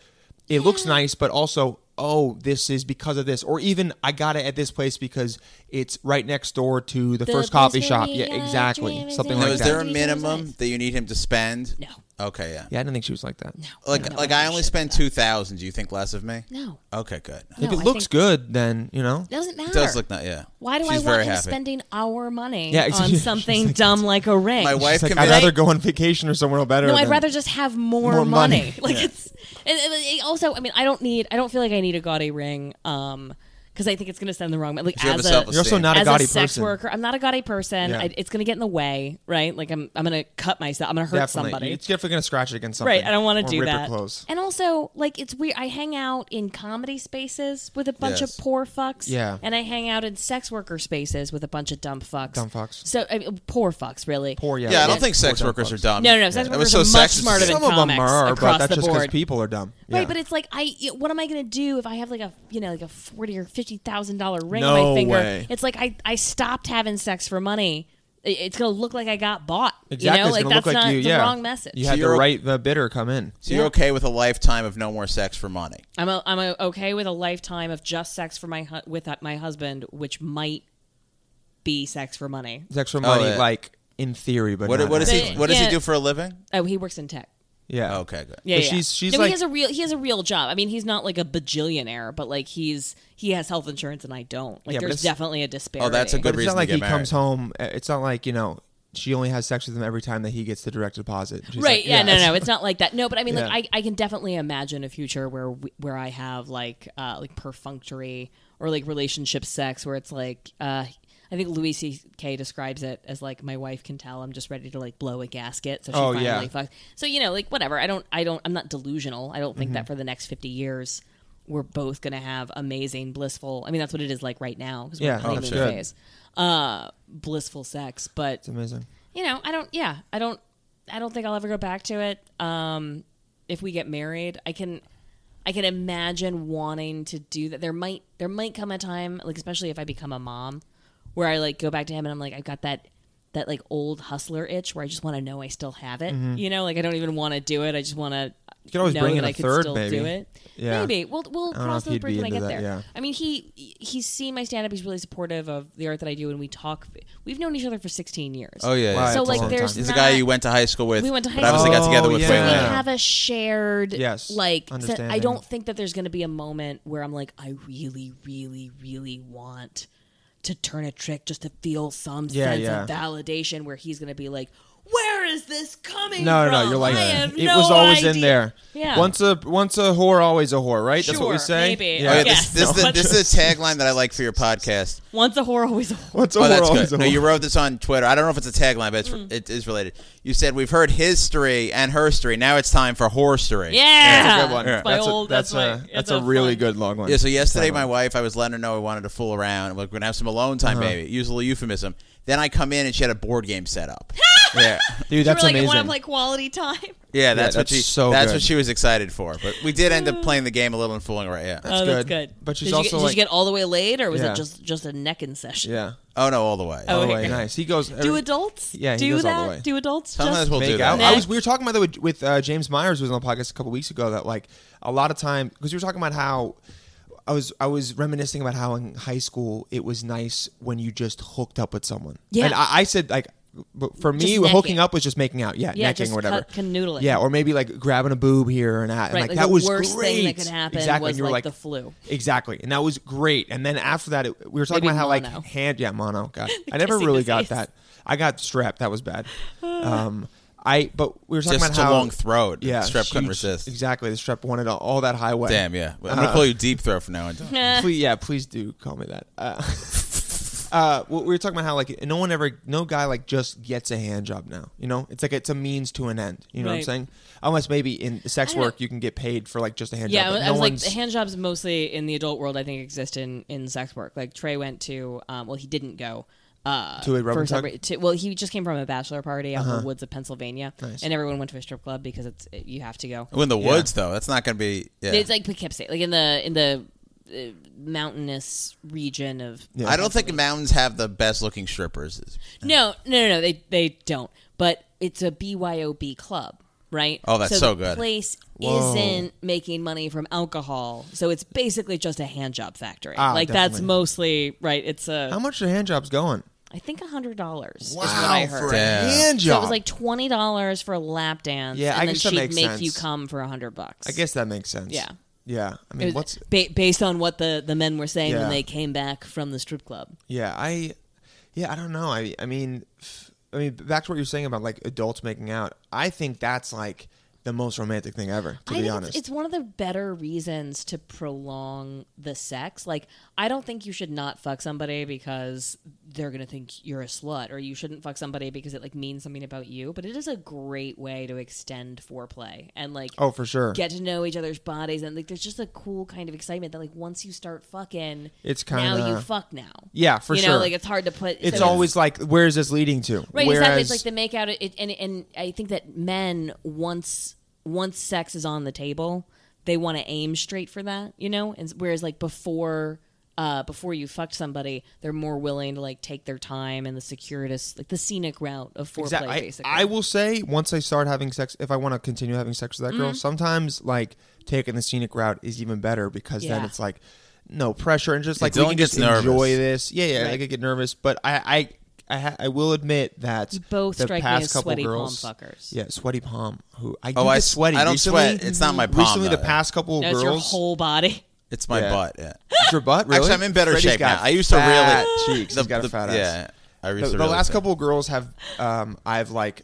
A: it looks nice, but also, oh, this is because of this, or even I got it at this place because it's right next door to the,
E: place
A: first coffee
E: where
A: shop.
E: we
A: Yeah,
E: got our
A: exactly,
E: dream is
A: something
E: in
C: Now,
A: like
C: is
A: that.
C: there a
E: Nice.
C: minimum that you need him to spend?
D: No.
C: Okay. Yeah.
A: yeah, I didn't think she was like that.
C: Like,
D: No,
C: like
D: I
C: I
D: should
C: only
D: do
C: spend
D: that.
C: two thousand. Do you think less of me?
D: no,
C: Okay. Good.
D: no,
A: If it
D: I
A: looks
D: think-
A: good, then you know.
D: It doesn't matter.
C: It does look not. Yeah.
D: Why do
C: She's
D: I
C: very
D: want him
C: happy.
D: spending our money
A: Yeah, exactly.
D: on
A: She's
D: something
A: like,
D: dumb like a ring?
C: My wife
A: It's like, I'd
C: committed.
A: rather go on vacation or somewhere better.
D: No, I'd
A: than-
D: rather just have more,
A: More money.
D: money. Like it's and, and it also, I mean, I don't need. I don't feel like I need a gaudy ring. Um, 'cause because I think it's going to send the wrong. Like
C: You have
D: as
C: a
D: a,
C: self-esteem.
A: You're also not
D: as
A: a gaudy
D: sex
A: person.
D: worker, I'm not a gaudy person.
A: Yeah.
D: I, it's going to get in the way, right? Like I'm, I'm going to cut myself. I'm going to hurt
A: Definitely,
D: somebody.
A: you're definitely gonna scratch it against something.
D: Right, I don't want
A: or
D: to do
A: rip your
D: that.
A: clothes.
E: And also, like, it's weird. I hang out in comedy spaces with a bunch
C: Yes.
E: of poor fucks.
A: Yeah.
E: And I hang out in sex worker spaces with a bunch of dumb fucks.
A: Dumb fucks.
E: So, I mean, poor fucks, really.
A: Poor yeah.
C: Yeah, I don't think sex
A: Poor dumb
C: workers are
A: fucks.
C: dumb.
D: No, no, no, sex
C: That was
D: workers
C: so
D: are much
C: sexist.
D: smarter than
A: Some of them
D: comics
A: are,
D: across
A: but that's
D: the
A: just because
D: board.
A: people are dumb.
E: Right,
A: Yeah.
E: but it's like I. y- What am I gonna do if I have like a you know like a forty or fifty thousand dollar ring on
A: No
E: my finger?
A: way.
E: It's like I I stopped having sex for money. I- It's gonna look like I got bought. You
A: exactly.
E: know,
A: it's
E: like
A: gonna
E: that's
A: look
E: not
A: like you,
E: the
A: yeah.
E: wrong message.
A: You had the
C: you're-
A: right the bidder come in.
C: So you're okay with a lifetime of no more sex for money?
D: I'm, a, I'm a, okay with a lifetime of just sex for my hu- with uh, my husband, which might be sex for money.
A: Sex for money,
C: Oh, yeah.
A: like in theory, but
C: What
A: not
C: what is he
A: actually.
C: what does he
D: Yeah.
C: do for a living?
D: Oh, he works in tech.
A: Yeah.
C: Okay, good.
D: Yeah,
A: But
D: yeah.
A: she's she's
D: no,
A: like
D: he has a real he has a real job. I mean, he's not like a bajillionaire, but like he's he has health insurance and I don't. Like
A: Yeah, but
D: there's
A: it's- Oh,
D: definitely a disparity.
C: that's a good-
A: But it's
C: reason
A: not
C: to
A: like
C: get
A: he
C: married.
A: comes home. uh, It's not like you know she only has sex with him every time that he gets the direct deposit. She's
D: Right?
A: like,
D: yeah, No. No. It's not like that. No. But I mean,
A: Yeah.
D: like I, I can definitely imagine a future where we, where I have like uh like perfunctory or like relationship sex where it's like uh I think Louis C.K. describes it as like my wife can tell I'm just ready to like blow a gasket, so she
A: Oh,
D: finally
A: yeah.
D: fucks. So you know, like whatever. I don't. I don't. I'm not delusional. I don't think
A: Mm-hmm.
D: that for the next 50 years we're both gonna have amazing, blissful. I mean, that's what it is like right now because we're
A: Yeah,
D: in
A: oh,
D: the honeymoon
A: sure.
D: phase. Uh, blissful sex, but
A: It's amazing.
D: you know, I don't. Yeah, I don't. I don't think I'll ever go back to it. Um, if we get married, I can. I can imagine wanting to do that. There might there might come a time, like especially if I become a mom, where I like go back to him and I'm like, I've got that that like old hustler itch where I just want to know I still have it. You know, like I don't even want to do it. I just want to. You
A: Mm-hmm. could always
D: know
A: bring
D: that
A: in a
D: I could
A: third,
D: still
A: maybe.
D: do it.
A: Yeah.
D: Maybe we'll we'll
A: don't know
D: cross
A: if
D: those
A: he'd be
D: bridges when I
A: into
D: get
A: that,
D: there.
A: yeah.
D: I mean, he he's seen my stand up. He's really supportive of the art that I do, and we talk. We've known each other for 16 years.
C: Oh yeah.
A: Wow,
C: yeah.
A: that's
D: So
A: a long
D: like, there's
A: time.
C: He's
D: not,
C: the guy you went to high school with.
D: We went to high
C: but obviously got
A: school.
C: together
A: Oh,
C: with
A: yeah.
C: way
A: So
E: We
C: later.
E: have a shared
A: Yes,
E: like. so I
A: understanding.
E: don't think that there's gonna be a moment where I'm like I really really really want
D: to turn a trick just to feel some
A: Yeah,
D: sense
A: yeah.
D: of validation where he's gonna be like, "Where is this coming
A: No,
D: from?
A: no, no, you're like
D: I have
A: it
D: no
A: was always
D: idea.
A: in there.
D: Yeah.
A: Once a once a whore, always a whore, right? That's what we
D: Sure,
A: say.
D: maybe.
A: Yeah.
C: Oh, yeah,
D: Okay.
C: this, this, is the, this is a tagline that I like for your podcast.
D: Once a whore, always a whore.
A: Once a
C: Oh,
A: whore,
C: that's
A: always
C: good.
A: a
C: No,
A: whore.
C: you wrote this on Twitter. I don't know if it's a tagline, but it's,
D: Mm.
C: it is related. You said we've heard history and herstory. Now it's time for horstory.
D: Yeah,
A: That's a good one.
D: It's my
A: that's
D: old.
A: a, that's,
D: my-
A: a,
D: it's
A: that's a, really
D: fun-
A: good long one.
C: Yeah, so yesterday, my wife, I was letting her know I wanted to fool around. Like, we're going to have some alone time,
A: Uh-huh.
C: baby. Use a little euphemism. Then I come in and she had a board game set up. yeah.
A: dude,
D: You were
A: that's
D: like, I want to
A: amazing.
D: play quality time.
C: Yeah, that's, what
A: that's
C: she
A: so
C: that's
A: good.
C: what she was excited for. But we did end up playing the game a little and fooling around. Yeah.
D: oh, that's
A: good.
D: good.
A: But she's
D: did
A: also
D: you get,
A: like-
D: did you get all the way laid, or was
A: Yeah.
D: it just just a necking session?
A: yeah.
C: Oh no, all the way.
A: All
D: Oh,
A: the
D: okay,
A: way.
D: great.
A: Nice. He goes.
D: Do
A: every-
D: adults?
A: Yeah, he
D: do
A: goes
D: that.
A: all the way.
D: Do adults?
C: Sometimes
D: just-
C: we'll do
A: make
C: that.
A: out. I was we were talking about that with, with uh, James Myers who was on the podcast a couple weeks ago that like a lot of time because we were talking about how I was I was reminiscing about how in high school it was nice when you just hooked up with someone.
D: Yeah.
A: and I, I said like. But for me,
D: Just neck
A: hooking
D: it.
A: up was just making out, yeah,
D: Yeah,
A: necking
D: just
A: or whatever,
D: cut- canoodling.
A: yeah, or maybe like grabbing a boob here and that, and
D: Right,
A: like,
D: like
A: that
D: the
A: was
D: worst
A: great.
D: thing that could happen
A: exactly, and
D: was,
A: you were
D: like, the flu.
A: exactly, and that was great. And then after that, it, we were talking
D: Maybe
A: about how
D: mono.
A: like hand, yeah, mono. God, I never
D: Kissing
A: really
D: disease.
A: got that. I got strep. That was bad. Um, I but we were talking
C: Just
A: about
C: a
A: how
C: long throat.
A: Yeah,
C: Strep couldn't
A: huge-
C: resist.
A: Exactly, the strep wanted all, all that highway.
C: Damn, yeah. I'm
A: Uh-huh.
C: gonna call you deep throat from now on.
A: Please, yeah, please do call me that. Uh, uh, we we were talking about how like no one ever, no guy like just gets a hand job now. You know, it's like it's a means to an end. You know what I'm
D: Right.
A: saying? Unless maybe in sex
D: I don't-
A: work you can get paid for like just a hand
D: Yeah,
A: job.
D: I
A: but
D: was,
A: no
D: I was like,
A: one's-
D: the hand jobs mostly in the adult world, I think, exist in, in sex work. Like Trey went to, um, well, he didn't go. Uh,
A: To a Uh-huh. rub
D: for
A: and
D: some
A: tug?
D: re- to- well, he just came from a bachelor party out in the woods of Pennsylvania, and everyone went to a strip club because it's you have to go.
C: Oh, in the woods though, that's not gonna be. Yeah.
D: It's like Poughkeepsie, like in the in the uh, mountainous region of.
C: I don't think mountains have the best looking strippers.
D: No, no, no, no, they they don't. But it's a BYOB club, right?
C: Oh, that's so
D: the
C: good.
D: Place
A: Whoa.
D: isn't making money from alcohol, so it's basically just a hand job factory.
A: Ah,
D: like that's
A: definitely.
D: mostly right. It's a
A: how much are hand jobs going?
D: I think a hundred dollars is what I heard.
A: for a
C: Yeah.
A: hand
D: So
A: job.
D: it was like twenty dollars for a lap dance.
A: Yeah,
D: and
A: I
D: then
A: guess that
D: she'd
A: makes
D: make
A: sense.
D: you come for a hundred bucks.
A: I guess that makes sense.
D: Yeah.
A: yeah. I
D: It
A: mean,
D: was
A: what's
D: ba- based on what the the men were saying
A: Yeah.
D: when they came back from the strip club.
A: Yeah, I, yeah, I don't know. I, I mean, f- I mean, back to what you're saying about like adults making out. I think that's like the most romantic thing ever, to
D: I
A: be
D: think
A: honest.
D: It's, it's one of the better reasons to prolong the sex. Like, I don't think you should not fuck somebody because they're gonna think you're a slut, or you shouldn't fuck somebody because it like means something about you. But it is a great way to extend foreplay and like
A: oh, for sure.
D: get to know each other's bodies. And like, there's just a cool kind of excitement that like once you start fucking,
A: It's
D: now you
A: kinda-
D: fuck now.
A: Yeah, for
D: you
A: sure.
D: know, like it's hard to put.
A: it's
D: so
A: always like, where is this leading to?
D: Right,
A: Whereas,
D: exactly. It's like the make out it, it- and and I think that men once once sex is on the table, they want to aim straight for that, you know? And s- whereas like before uh before you fucked somebody, they're more willing to like take their time and the circuitous like the scenic route of foreplay
A: Exact- I-
D: basically.
A: I, will say once I start having sex, if I want to continue having sex with that
D: Mm-hmm.
A: girl, sometimes like taking the scenic route is even better because then
D: Yeah.
A: it's like no pressure and just like we
C: Dylan
A: can just
C: gets nervous.
A: enjoy this. Yeah, yeah, I
D: Right.
A: could get nervous, but I, I, I, ha- I will admit that
D: both
A: the
D: strike me
A: past
D: as
A: couple
D: sweaty palm
A: girls,
D: fuckers.
A: Yeah, sweaty palm. Who I do
C: Oh, I
A: get
C: s-
A: sweaty.
C: I don't
A: recently, Mm-hmm.
C: sweat. It's not my palm,
A: Recently, the
C: though.
A: past couple
D: No, it's
A: girls.
D: your whole body.
C: It's my
A: Yeah.
C: butt. Yeah.
A: It's your butt. Really?
C: Actually, I'm in better
A: Freddie's
C: shape
A: got
C: now. I used to
A: fat
C: really
A: cheeks. He's got a fat ass
C: Yeah. I used
A: the,
C: to
A: the
C: really
A: last
C: think-
A: couple girls have um i've like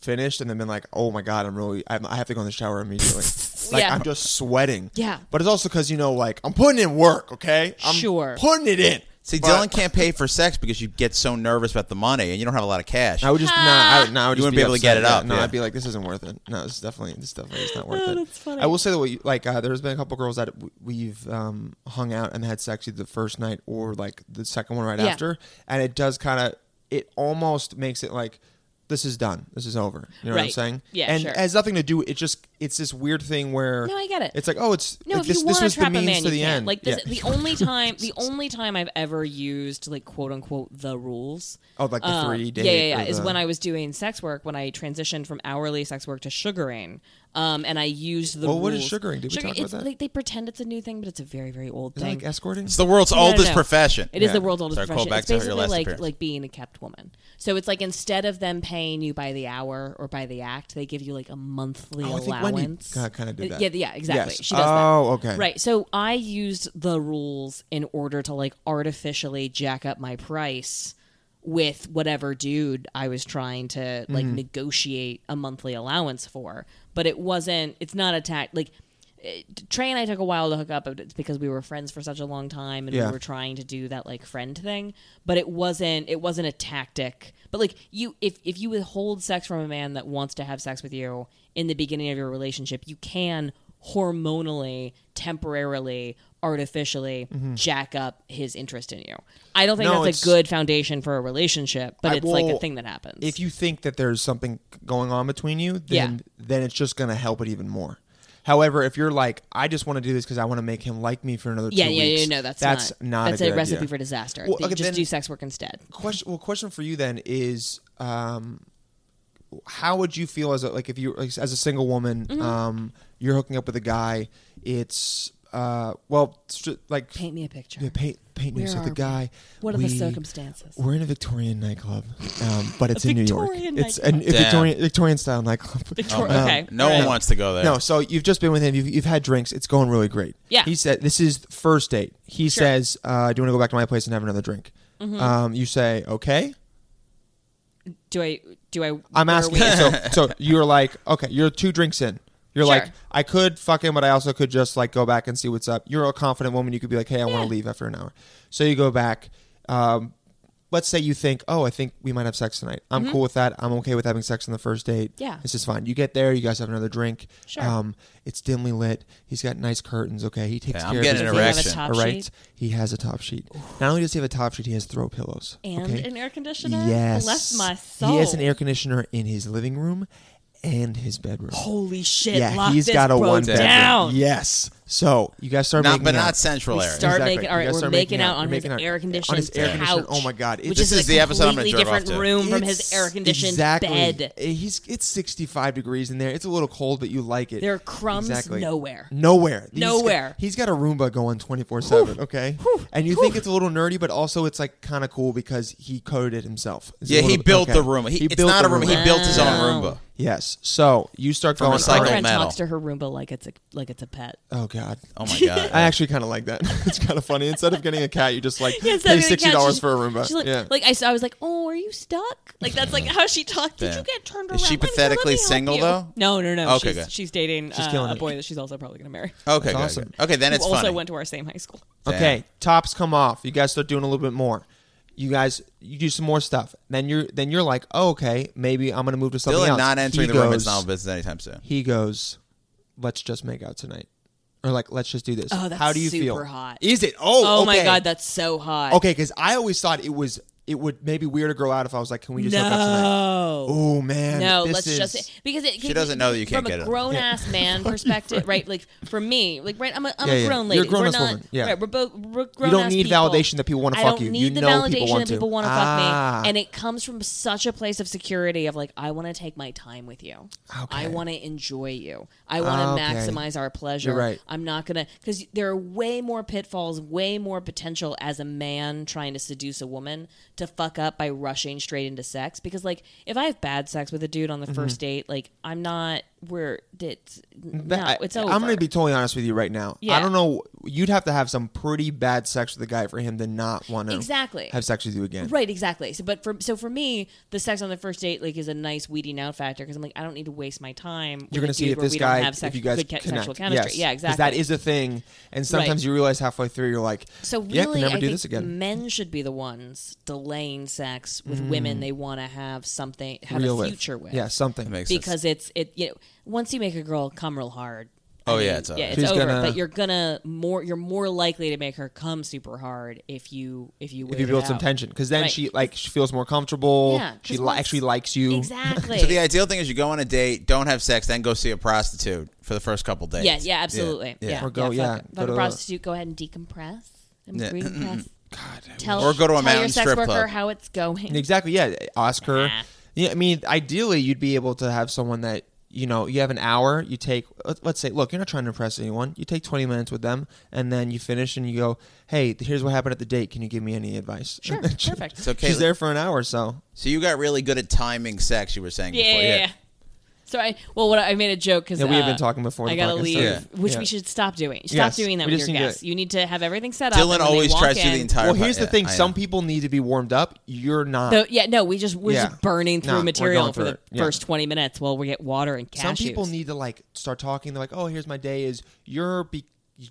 A: finished and then been like oh my god i'm really I'm, i have to go in the shower immediately like
D: Yeah.
A: i'm just sweating
D: Yeah.
A: but it's also because you know like i'm putting in work okay i'm
D: Sure.
A: putting it in
C: See,
A: But
C: Dylan can't pay for sex because you get so nervous about the money and you don't have a lot of cash.
A: i would just nah, I would, nah, I would
C: You
A: just
C: wouldn't be able to
A: upset.
C: get it
A: Yeah,
C: up,
A: no
C: yeah.
A: i'd be like this isn't worth it no this is definitely this definitely is not worth
D: Oh,
A: it
D: that's funny.
A: i will say that we, like uh, there's been a couple girls that w- we've um hung out and had sex either the first night or like the second one right
D: Yeah.
A: after and it does kind of it almost makes it like this is done. This is over. You know what I'm
D: Right.
A: saying?
D: Yeah,
A: and
D: sure.
A: it has nothing to do. It just it's this weird thing where
D: No, I get it.
A: It's like oh, it's
D: No,
A: like,
D: if
A: this, this
D: you want to
A: was the
D: trap a
A: means
D: man,
A: to
D: you
A: the
D: can.
A: end.
D: Like this,
A: Yeah.
D: the only time, the only time I've ever used like quote unquote the rules.
A: Oh, like the
D: uh,
A: three date
D: Yeah, yeah, yeah.
A: or
D: Is
A: the-
D: when I was doing sex work when I transitioned from hourly sex work to sugaring. Um, and I used the.
A: Well,
D: rules.
A: what is sugaring? Did we talk about
D: it's,
A: that?
D: Like, they pretend it's a new thing, but it's a very, very old
A: Is that
D: thing.
A: like escorting?
C: It's the world's
D: No, no,
C: oldest
D: no.
C: profession.
D: It is
A: Yeah.
D: the world's oldest
C: Sorry, call
D: profession.
C: back
D: it's
C: to her
D: basically
C: last
D: like
C: appearance.
D: like being a kept woman. So it's like instead of them paying you by the hour or by the act, they give you like a monthly
A: Oh, I think Wendy
D: allowance.
A: ki- kinda did
D: Uh,
A: that.
D: Yeah, yeah, exactly.
A: Yes.
D: She does
A: Oh,
D: that.
A: okay.
D: Right. So I used the rules in order to like artificially jack up my price with whatever dude I was trying to like
A: Mm-hmm.
D: negotiate a monthly allowance for. But it wasn't it's not a tax like Trey and I took a while to hook up, but it's because we were friends for such a long time, and
A: Yeah.
D: we were trying to do that like friend thing. But it wasn't it wasn't a tactic. But like you, if if you withhold sex from a man that wants to have sex with you in the beginning of your relationship, you can hormonally, temporarily, artificially jack up his interest in you. I don't think
A: Mm-hmm. No,
D: that's
A: it's-
D: a good foundation for a relationship, but
A: I
D: it's like a
A: will-
D: thing that happens.
A: if you think that there's something going on between you, then then it's just gonna help it even more. However, if you're like, I just want to do this because I want to make him like me for another
D: yeah,
A: two
D: yeah,
A: weeks.
D: yeah, no, that's
A: that's
D: not,
A: not
D: that's
A: a,
D: a,
A: good
D: recipe
A: idea.
D: for disaster.
A: Well,
D: They
A: okay,
D: just
A: then-
D: do sex work instead.
A: question well question for you then is um how would you feel as a like if you like, as a single woman
D: Mm-hmm.
A: um you're hooking up with a guy it's uh well stri- like
D: Paint me a picture.
A: yeah, paint paint me
D: Where
A: so
D: are
A: the
D: we?
A: guy
D: What are the
A: we-
D: circumstances?
A: we're in a Victorian nightclub um but it's in New York
D: Victorian
A: it's
D: nightclub.
A: an, a
C: Damn.
A: Victorian Victorian style nightclub
D: Victor-
A: Um,
D: okay.
C: No
D: all
C: one
D: right.
C: wants to go there.
A: no, so you've just been with him. You've, you've had drinks. It's going really great.
D: Yeah.
A: He said, This is the first date. He says, uh, Do you want to go back to my place and have another drink?
D: Mm-hmm.
A: Um, you say, Okay.
D: Do I? Do I?
A: I'm
D: where are
A: asking.
D: we-
A: so, so you're like, okay, you're two drinks in. You're
D: Sure.
A: like, I could fuck him, but I also could just like go back and see what's up. You're a confident woman. You could be like, hey, I want
D: Yeah.
A: to leave after an hour. So you go back. Um, let's say you think, oh, I think we might have sex tonight. I'm cool with that. I'm okay with having sex on the first date.
D: Mm-hmm. Yeah.
A: This is fine. You get there. You guys have another drink.
D: Sure.
A: Um, it's dimly lit. He's got nice curtains. Okay. He takes
C: Yeah, I'm
A: care
C: getting
A: of
C: an
A: his
C: erection.
D: Does he have a
A: All
D: top
A: right.
D: sheet?
A: He has a top sheet. Not only does he have a top sheet, he has throw pillows.
D: and
A: okay?
D: an air conditioner.
A: Yes.
D: Bless my soul.
A: He has an air conditioner in his living room and his bedroom.
D: Holy shit!
A: yeah,
D: lock
A: he's
D: this
A: got a
D: bro
A: one bedroom.
D: down.
A: Yes. So you guys start
C: Not,
A: making
C: but
A: out.
C: not central
D: We
C: area.
D: start
A: Exactly.
D: making. All
A: You
D: right,
A: guys
D: we're
A: start
D: making,
A: making out.
D: out on
A: We're
D: his
A: making out.
D: air conditioned
A: On his air
D: couch.
A: conditioned- oh my God, it-
D: which
A: this
D: is,
C: is
D: a
C: the episode I'm gonna
D: completely
C: jerk off
D: different
C: to.
D: room from
A: It's-
D: his air conditioned
A: exactly. eh,
D: bed.
A: He's it's 65 degrees in there. It's a little cold, but you like it.
D: There are crumbs
A: Exactly.
D: nowhere.
A: Nowhere. He's got-
D: Nowhere.
A: he's got a Roomba going 24/7, okay? And you think it's a little nerdy, but also it's like kind of cool because he coded it himself. It's a
C: yeah, he
A: little-
C: built
A: okay.
C: the room. He, it's
A: built
C: not
A: the
C: a room. He
A: Roomba.
C: built his own
D: Wow.
C: Roomba.
A: Yes. So, you start
C: From
A: going
D: My
C: recycled
A: all right.
D: friend
C: metal.
D: talks to her Roomba like it's a like it's a pet.
A: Oh god.
C: Oh my god.
A: I actually kind of like that. it's kind of funny. Instead of getting a cat, you just like
D: Yeah, instead
A: pay
D: of getting
A: sixty
D: a cat,
A: dollars
D: she's-
A: for a Roomba.
D: she's like,
A: yeah.
D: like I, s- I was like, oh, are you stuck? Like that's like how she talked. Did
C: Yeah.
D: you get turned around?
C: Is she
D: Let me- let
C: pathetically
D: me help
C: single,
D: you."
C: though?
D: No, no, no.
C: Okay,
D: she's,
C: good.
D: she's dating uh,
A: killing
D: a
A: it.
D: boy that she's also probably going to marry.
A: That's
C: Okay, good,
A: awesome.
C: good. Okay, then
D: Who
C: it's
D: also
C: funny.
D: went to our same high school.
A: Okay, tops come off. You guys start doing a little bit more. You guys, you do some more stuff. Then you're, then you're like, oh, okay, maybe I'm gonna move to something
C: Dylan
A: else.
C: not entering
A: He
C: the room is
A: goes-
C: not business anytime soon.
A: He goes, let's just make out tonight, or like, let's just do this.
D: Oh, that's
A: How do you
D: super
A: feel?
D: hot.
A: Is it? Oh,
D: Oh my
A: okay.
D: god, that's so hot.
A: okay, because I always thought it was, it would maybe weird to grow out if I was like, can we just hook up tonight?
D: No.
A: Oh man,
D: No,
A: this
D: let's
A: is-
D: just because it,
C: She doesn't know that you can't
D: from
C: get it
D: a
C: on.
D: grown ass man perspective, right? Like for me, like right, I'm a, I'm
A: Yeah,
D: a
A: yeah.
D: grown
A: You're
D: lady.
A: a grown-ass
D: we're not,
A: woman. Yeah.
D: right, we're both we're
A: You
D: grown
A: don't need validation that people want to
D: I
A: fuck
D: don't
A: you.
D: need
A: you
D: the
A: know
D: validation
A: people want
D: that
A: to.
D: people want to
A: ah.
D: fuck me, and it comes from such a place of security of like I want to take my time with you.
A: Okay.
D: I want to enjoy you. I want to
A: Okay.
D: maximize our pleasure.
A: You're right.
D: I'm not gonna because there are way more pitfalls, way more potential as a man trying to seduce a woman to fuck up by rushing straight into sex. Because like if I have bad sex with a dude
A: Mm-hmm.
D: on the first date, like I'm not where it's no,
A: That-
D: it's
A: I,
D: over.
A: am going to be totally honest with you right now.
D: Yeah.
A: I don't know. You'd have to have some pretty bad sex with a guy for him to not want to
D: Exactly.
A: have sex with you again.
D: Right, exactly. So, but for so for me, the sex on the first date like is a nice weeding out factor because I'm like, I don't need to waste my time.
A: You're
D: going to
A: see if this
D: we
A: guy,
D: don't have sex,
A: if you guys
D: good ca-
A: connect.
D: sexual chemistry.
A: Yes.
D: Yeah,
A: 'Cause
D: exactly.
A: That is a thing, and sometimes
D: Right.
A: you realize halfway through you're like,
D: So
A: yeah, I can
D: really,
A: never
D: I
A: do
D: think
A: this again. Hmm.
D: men should be the ones delaying sex with women they want to have something, have
A: Real
D: a
A: with.
D: future with.
A: yeah, something.
C: That makes sense.
D: because it's it. You know, once you make a girl come real hard. I
C: Oh, yeah,
D: mean,
C: it's over.
D: yeah, it's
A: She's
D: over.
A: gonna-
D: But you're gonna more, you're more likely to make her come super hard if you if you
A: If you
D: wait it
A: build some
D: out.
A: tension, because then
D: Right.
A: she like she feels more comfortable.
D: Yeah, 'cause
A: she li-
D: once-
A: actually likes you.
D: Exactly.
C: So the ideal thing is you go on a date, don't have sex, then go see a prostitute for the first couple days.
D: Yeah, yeah, absolutely. Yeah,
A: Or go- yeah, go
D: fuck, it. fuck
A: to
D: a
A: the-
D: prostitute. Go ahead and decompress. And
C: Yeah.
D: decompress. tell,
C: Or go to a
D: tell
C: mountain
D: your sex
C: strip
D: worker
C: club.
D: how it's going.
A: Exactly. Yeah. Ask her.
D: Nah.
A: Yeah. I mean, ideally, you'd be able to have someone that you know you have an hour. You take let- let's say, look, you're not trying to impress anyone. You take 20 minutes with them, and then you finish and you go, hey, here's what happened at the date. Can you give me any advice?
D: Sure, perfect.
C: So
A: She's
C: Caitlin,
A: there for an hour or so.
C: so you got really good at timing sex. You were saying
D: yeah,
C: before.
D: yeah, yeah. So I well, what I made a joke because
A: Yeah, we had been talking before
D: I
A: the
D: gotta
A: podcast
D: leave,
A: started.
C: Yeah.
D: which
A: Yeah.
D: we should stop doing. Stop
A: Yes,
D: doing that
A: we
D: with
A: just
D: your
A: need to-
D: guests. You need to have everything set up. and
C: Dylan
D: when they
C: always
D: walk
C: tries to do
D: in-
C: the entire.
A: Well, here's
C: part-
A: the thing:
C: yeah, I uh,
A: some
C: know.
A: people need to be warmed up. You're not.
D: So, yeah, no, we just we're
A: Yeah.
D: just burning through
A: No, we're
D: material
A: going
D: for
A: through
D: the
A: it. Yeah.
D: first twenty minutes while we get water and cashews.
A: some people need to like start talking. They're like, "Oh, here's my day." Is you're be-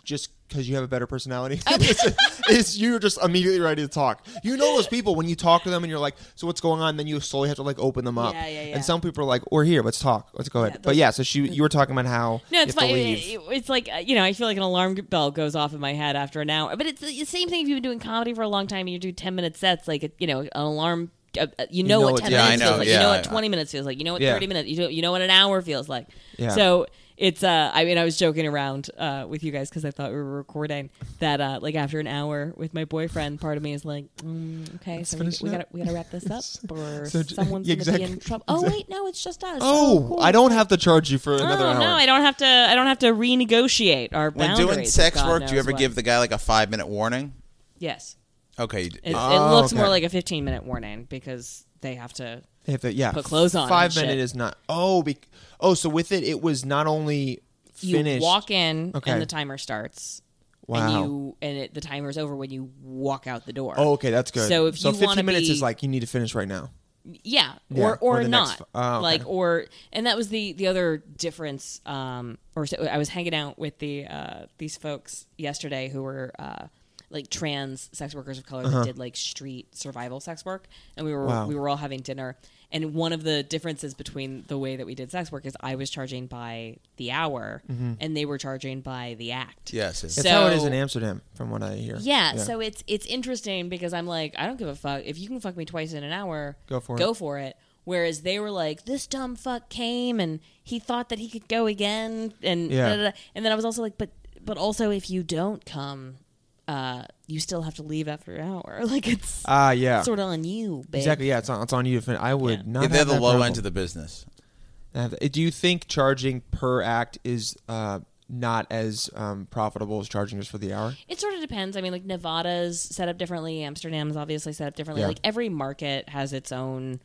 A: just because you have a better personality? is, you're just immediately ready to talk? You know those people when you talk to them and you're like, "So what's going on?" Then you slowly have to like open them up.
D: Yeah, yeah, yeah.
A: And some people are like, "We're here. Let's talk. Let's go ahead."
D: Yeah,
A: but
D: those-
A: yeah, so she you were talking about how
D: No, it's
A: you have
D: fine.
A: to leave.
D: It- It's like uh, you know, I feel like an alarm bell goes off in my head after an hour. But it's the same thing if you've been doing comedy for a long time and you do ten minute sets. Like it- you know, an alarm. Uh, uh, you,
A: know
D: know what
A: it's-
D: ten
A: Yeah,
D: minutes
A: I know.
D: feels like.
C: Yeah,
D: you know
C: I-
D: what twenty minutes feels like. You know what
A: Yeah.
D: thirty minutes. You do, You know what an hour feels like.
A: Yeah.
D: So it's. Uh, I mean, I was joking around uh, with you guys because I thought we were recording that. Uh, like after an hour with my boyfriend, part of me is like, mm, okay, so we,
A: finish
D: we
A: it up.
D: gotta we gotta wrap this up, or
A: So j-
D: someone's
A: yeah,
D: gonna be in
A: exactly.
D: trouble. Oh wait, no, it's just us.
A: Oh,
D: cool.
A: I don't have to charge you for another
D: Oh
A: hour.
D: no, I don't have to. I don't have to renegotiate our
C: when
D: boundaries.
C: doing
D: if
C: sex
D: God
C: work, do you
D: knows
C: ever
D: what.
C: give the guy like a five minute warning?
D: Yes,
C: Okay, you d-
D: it,
A: Oh,
D: it looks more
A: okay.
D: like a fifteen-minute warning because they have to.
A: If it, yeah,
D: Put clothes on
A: Five
D: and shit.
A: minute is not. Oh, bec oh, so with it, it was not only
D: You
A: finished.
D: walk in
A: Okay.
D: and the timer starts.
A: Wow.
D: And you and it, the timer's over when you walk out the door.
A: Oh, okay, that's good.
D: So if
A: so
D: you
A: 15
D: wanna
A: minutes
D: be-
A: is like you need to finish right now.
D: Yeah,
A: Yeah,
D: or
A: or
D: or,
A: the next
D: not.
A: f- oh, okay.
D: Like or and that was the the other difference. Um, or so I was hanging out with the uh, these folks yesterday who were uh, like trans sex workers of color that did like street survival sex work, and we were
A: Uh-huh. Wow.
D: we were all having dinner. And one of the differences between the way that we did sex work is I was charging by the hour, and they were charging by the act.
C: yes. yes.
A: That's Mm-hmm. how it is
D: So-
A: in Amsterdam, from what I hear.
D: Yeah, so it's it's interesting because I'm like, I don't give a fuck if you can fuck me twice in an hour.
A: Go for
D: Go
A: it.
D: for it. Whereas they were like, this dumb fuck came and he thought that he could go again, and
A: Yeah.
D: da, da, da. and then I was also like, but but also if you don't come, uh, you still have to leave after an hour. Like it's
A: Ah, yeah.
D: sort of on you, babe.
A: Exactly. Yeah, it's on, it's on you to finish. I would not.
C: Yeah, they're
A: have
C: the
A: that
C: low
A: problem.
C: end of the business.
A: I have- Do you think charging per act is uh, not as um, profitable as charging just for the hour?
D: It sort of depends. I mean, like Nevada's set up differently. Amsterdam's obviously set up differently.
A: Yeah.
D: Like every market has its own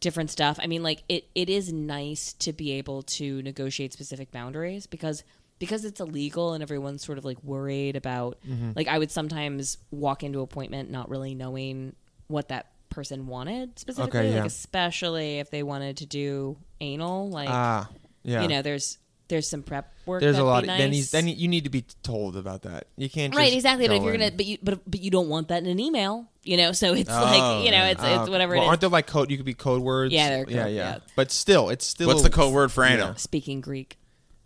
D: different stuff. I mean, like it, it is nice to be able to negotiate specific boundaries because because it's illegal and everyone's sort of like
A: Mm-hmm.
D: worried about like I would sometimes walk into appointment not really knowing what that person wanted specifically.
A: yeah.
D: Like especially if they wanted to do anal, like
A: Ah, yeah.
D: you know, there's there's some prep work.
A: there's a
D: that'd
A: lot.
D: Be
A: Of,
D: nice.
A: then he's then you need to be told about that. You can't
D: right,
A: just
D: exactly. But if
A: go
D: you're
A: in.
D: gonna, but you, but but you don't want that in an email, you know. So it's
C: Oh,
D: like you know, it's
A: Ah,
D: it's whatever
A: well,
D: it is.
A: Aren't there like code? You could be code words.
D: Yeah, there are
A: yeah,
D: code-
A: yeah,
D: yeah.
A: But still, it's still.
C: What's the code word for anal?
D: Speaking Greek,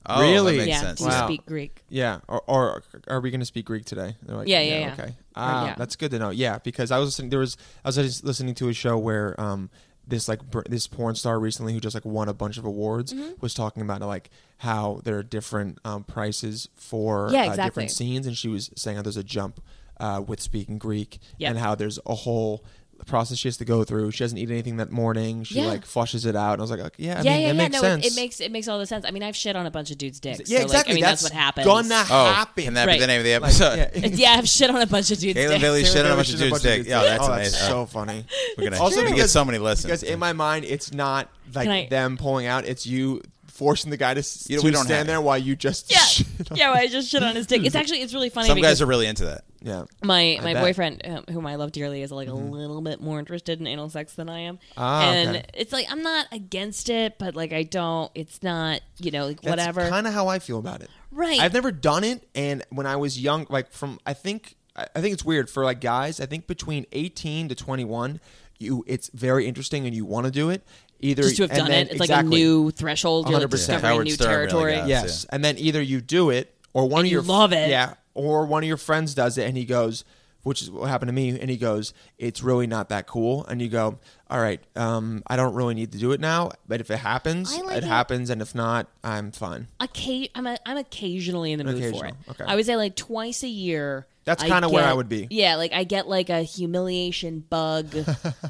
C: Oh, that
A: Really?
C: makes
D: yeah,
C: sense.
D: do you
A: Wow.
D: speak Greek?
A: Yeah, or, or are we going to speak Greek today? They're like,
D: Yeah, yeah, yeah.
A: okay. Ah,
D: yeah.
A: that's good to know. Yeah, because I was listening. There was I was just listening to a show where um this like br- this porn star recently who just like won a bunch of awards
D: Mm-hmm.
A: was talking about like how there are different um, prices for
D: Yeah,
A: uh,
D: exactly.
A: different scenes, and she was saying how there's a jump uh, with speaking Greek
D: Yeah.
A: and how there's a whole process she has to go through. She doesn't eat anything that morning. She
D: Yeah.
A: like flushes it out, and I was like, okay, yeah, I
D: yeah,
A: mean,
D: yeah,
A: that
D: yeah.
A: makes
D: no,
A: sense.
D: It, it makes it makes all the sense. I mean, I've shit on a bunch of dudes' dicks.
A: yeah,
D: so, like,
A: exactly.
D: I mean, that's, what happens.
A: Gonna
C: Oh,
A: happen.
C: can that
D: Right.
C: be the name of the
A: Like,
C: episode?
A: yeah.
D: yeah, I've shit on a bunch of dudes'
C: Caitlin
D: dicks.
C: Bailey shit on a
A: Taylor
C: bunch of
A: Swift, a
C: dude's
A: bunch
C: dick.
A: of
C: Yeah, that's
A: oh,
C: amazing.
A: so funny.
C: We're gonna,
A: Also
C: also gonna
A: because-
C: get so many listens.
A: Because in my mind, it's not like
D: Can I-
A: them pulling out; it's you forcing the guy to, s-
C: You know,
A: to
C: we don't
A: stand
C: have-
A: there while you just
D: Yeah,
A: shit on-
D: yeah. Well, I just shit on his dick. It's actually it's really funny.
C: Some
D: because
C: guys are really into that.
A: yeah.
D: my
A: bet.
D: my
A: Mm-hmm.
D: boyfriend, um, whom I love dearly, is like a little bit more interested in anal sex than I am,
A: Ah,
D: and
A: okay.
D: it's like I'm not against it, but like I don't. It's not you know like whatever.
A: Kind of how I feel about it.
D: Right.
A: I've never done it, and when I was young, like from I think I I think it's weird for like guys. I think between eighteen to twenty one, you it's very interesting, and you want to do it. Either
D: just to have
A: and
D: done
A: then-
D: it, it's like a
A: exactly.
D: new threshold. You're like
A: 100%.
D: discovering
C: Howard
D: new
C: Stern really
D: territory.
C: got it. Yeah.
A: Yes, and then either you do it or one of
D: you
A: your
D: love it.
A: Yeah, or one of your friends does it, and he goes, which is what happened to me, and he goes, "It's really not that cool." And you go, "All right, um, I don't really need to do it now, but if it happens,
E: I like
A: it
E: it.
A: happens, and if not, I'm fine."
D: Occa- I'm, a, I'm occasionally in the mood for it.
A: Occasional, okay.
D: I would say like twice a year.
A: That's
D: I
A: kinda where
D: get-
A: I would be.
D: Yeah, like I get like a humiliation bug,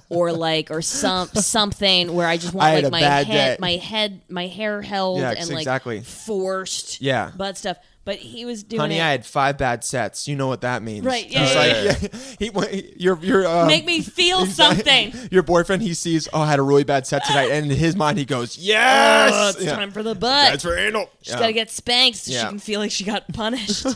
D: or like or some something where I just want
A: I had
D: like
A: a
D: my
A: bad
D: head,
A: day.
D: my head, my hair held
A: Yeah,
D: and like
A: exactly.
D: forced.
A: Yeah.
D: butt stuff. But he was doing
A: Honey,
D: it.
A: I had five bad sets. You know what that means,
D: Right, yeah,
A: It's
D: yeah,
A: like, he went. Your your um,
D: Make me feel
A: he's not-
D: something.
A: Your boyfriend, he sees. Oh, I had a really bad set tonight, and in his mind, he goes, "Yes,
D: Oh, it's
A: Yeah.
D: time for the butt.
A: That's for anal."
D: She's got to get spanked so she
A: Yeah.
D: can feel like she got punished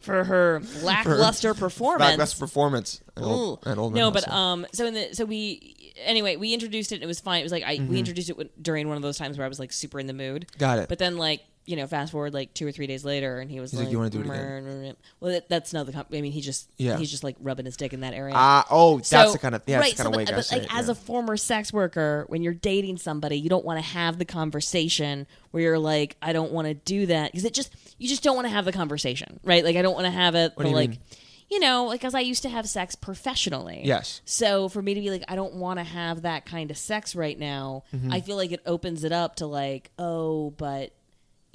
D: for her lackluster performance.
A: Best performance. An old,
D: Ooh.
A: an old
D: no,
A: man
D: but
A: hustle.
D: um, so in the so we anyway we introduced it. and It was fine. It was like I we introduced it when- during one of those times where I was like super in the mood.
A: Mm-hmm. Got it.
D: But then like you know fast forward like two or three days later and he was
A: He's
D: like,
A: like, "You wanna do it again?"
D: "Meh." Well, that, that's not the. Com- I mean, he just
A: Yeah.
D: he's just like rubbing his dick in that area.
A: Ah, oh, that's
D: So-
A: the kind of yeah,
D: right.
A: that's the kind
D: so,
A: of way
D: but,
A: guys
D: but
A: say
D: like
A: it,
D: as
A: yeah.
D: a former sex worker, when you're dating somebody, you don't want to have the conversation where you're like, I don't want to do that because it just you just don't want to have the conversation, right? Like I don't want to have it. but
A: do you
D: like,
A: mean?
D: you know, like as I used to have sex professionally.
A: Yes.
D: So for me to be like, I don't want to have that kind of sex right now.
A: Mm-hmm.
D: I feel like it opens it up to like, oh, but.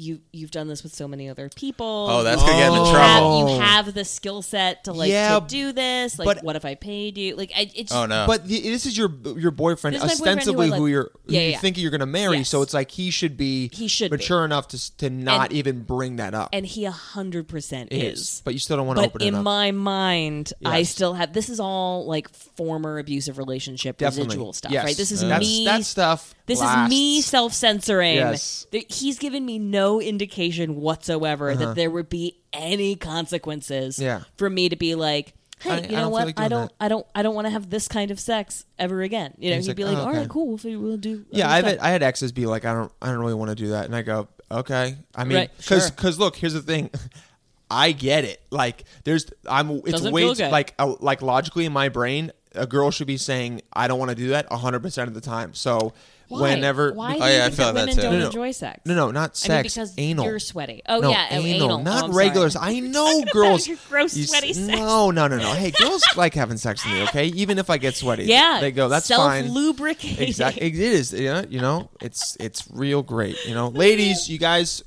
D: You, you've done this with so many other people.
C: Oh, that's
D: You
C: gonna get him in
D: have-
C: trouble.
D: you have the skill set to like
A: Yeah,
D: to do this. Like,
A: but-
D: what if I paid you? Like, I, it's
C: Oh no.
A: but the, this is your your boyfriend
D: This is my boyfriend
A: ostensibly
D: who I
A: who
D: love.
A: you're who
D: Yeah,
A: you
D: yeah.
A: think you're going to marry,
D: Yes.
A: so it's like he should be
D: He should be.
A: mature enough to s- to not
D: And-
A: even bring that up.
D: and he a hundred percent
A: It
D: is.
A: but you still don't want to
D: But
A: open it
D: in
A: up.
D: my mind, I
A: Yes.
D: still have. This is all like former abusive relationship
A: Definitely.
D: residual stuff,
A: Yes.
D: right? This is
A: That's-
D: me.
A: That stuff.
D: This is
A: lasts.
D: me self censoring.
A: Yes.
D: He's given me no indication whatsoever that there would be any consequences
A: Uh-huh. Yeah.
D: for me to be like, hey,
A: I- I
D: you know
A: don't feel
D: what?
A: like
D: I
A: doing
D: don't,
A: that."
D: I don't, I don't want to have this kind of sex ever again. You know,
A: he's
D: he'd
A: like,
D: be like,
A: "Oh,
D: all right,
A: okay."
D: cool, we'll, fi- we'll do.
A: Yeah,
D: other
A: I've
D: stuff."
A: had, I had exes be like, I don't, I don't really want to do that, and I go, okay. I mean,
D: Right,
A: because,
D: sure.
A: look, here's the thing. I get it. Like, there's, I'm, it's
D: Doesn't
A: way
D: feel
A: t-
D: good.
A: like, uh, like logically in my brain, a girl should be saying, I don't want to do that 100 percent of the time. So,
D: Why?
A: whenever,
D: Why
C: Oh,
D: do you
C: yeah, I
D: think
C: feel
D: that
C: that
D: women
C: too.
D: don't
A: No, no.
D: enjoy sex?
A: no, no, not
D: I mean,
A: sex,
D: because
A: anal.
D: you're sweaty. Oh
A: no,
D: yeah, oh,
A: anal,
D: anal.
A: not
D: Oh, I'm sorry.
A: regulars. I know girls.
E: your gross,
A: you s-
E: sweaty sex.
A: No, no, no, no. Hey, girls like having sex with me. Okay, even if I get sweaty,
D: Yeah,
A: they go. That's fine.
D: Self-lubricating.
A: Exactly. It is. Yeah, you know, it's it's real great. You know, ladies, you guys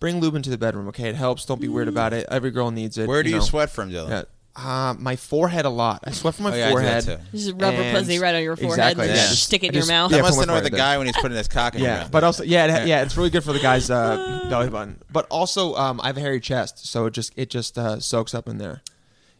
A: bring lube into the bedroom. Okay, it helps. Don't be weird about it. Every girl needs it.
C: Where do you,
A: know.
C: sweat from, Dylan?
A: Yeah. Uh, my forehead a lot. I sweat from my
C: Oh, yeah, I do that
A: forehead.
C: too.
D: Just rub a
A: And-
D: pussy right on your forehead
A: Exactly,
D: and
A: yeah.
D: just stick it in
A: I just-
D: your mouth.
A: yeah,
C: That must
A: from
C: annoy
A: where
C: the
A: it
C: guy when he's putting his cock in. your
A: Yeah,
C: mouth.
A: but also yeah, it, yeah, it's really good for the guy's uh, belly button. But also, um, I have a hairy chest, so it just it just uh, soaks up in there.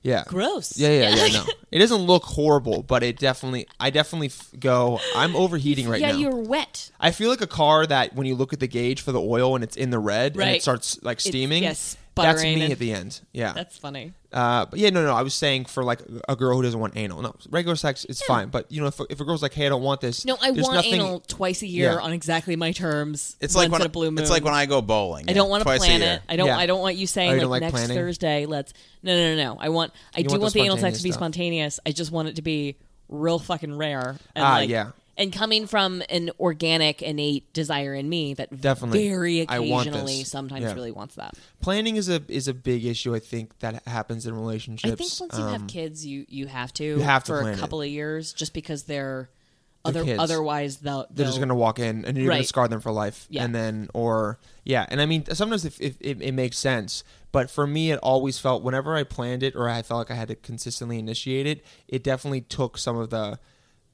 A: Yeah,
D: Gross.
A: Yeah, yeah, yeah. no, it doesn't look horrible, but it definitely, I definitely f- go. I'm overheating right
D: yeah,
A: now.
D: you're wet.
A: I feel like a car that when you look at the gauge for the oil and it's in the red and
D: Right.
A: it starts like
D: It's-
A: steaming.
D: yes, sputtering.
A: That's me
D: and-
A: at the end. Yeah.
D: That's funny.
A: Uh, but yeah, no, no. I was saying for like a girl who doesn't want anal. No, regular sex is fine. But you know, if, if a girl's like, "Hey, I don't want this,"
D: No, I
A: there's
D: want
A: nothing-
D: anal twice a year
A: Yeah.
D: on exactly my terms.
C: It's like
D: once
C: when
D: at a blue moon.
C: it's like when I go bowling.
D: I don't want to
C: twice a
D: plan
C: year.
D: it. I don't.
A: Yeah.
D: I don't want you
A: Oh, you
D: saying
A: don't
D: like,
A: like
D: next
A: planning?
D: Thursday. Let's. No, no, no, no. I want. I do
A: want
D: want,
A: the
D: the anal sex to be
A: spontaneous
D: spontaneous. I just want it to be real fucking rare. And
A: Ah,
D: like,
A: yeah.
D: And coming from an organic, innate desire in me that
A: Definitely.
D: very
A: I want
D: occasionally,
A: this.
D: sometimes
A: Yeah.
D: really wants that.
A: Planning is a is a big issue. I think that happens in relationships.
D: I think once you
A: Um,
D: have kids, you you have to
A: have to
D: for
A: plan
D: a
A: it.
D: couple of years, just because they're other
A: kids.
D: otherwise they'll,
A: they're just
D: they'll-
A: gonna walk in and you're gonna
D: Right.
A: scar them for life
D: Yeah.
A: and then or yeah and i mean sometimes if, if, it, it makes sense but for me it always felt whenever i planned it or i felt like i had to consistently initiate it it definitely took some of the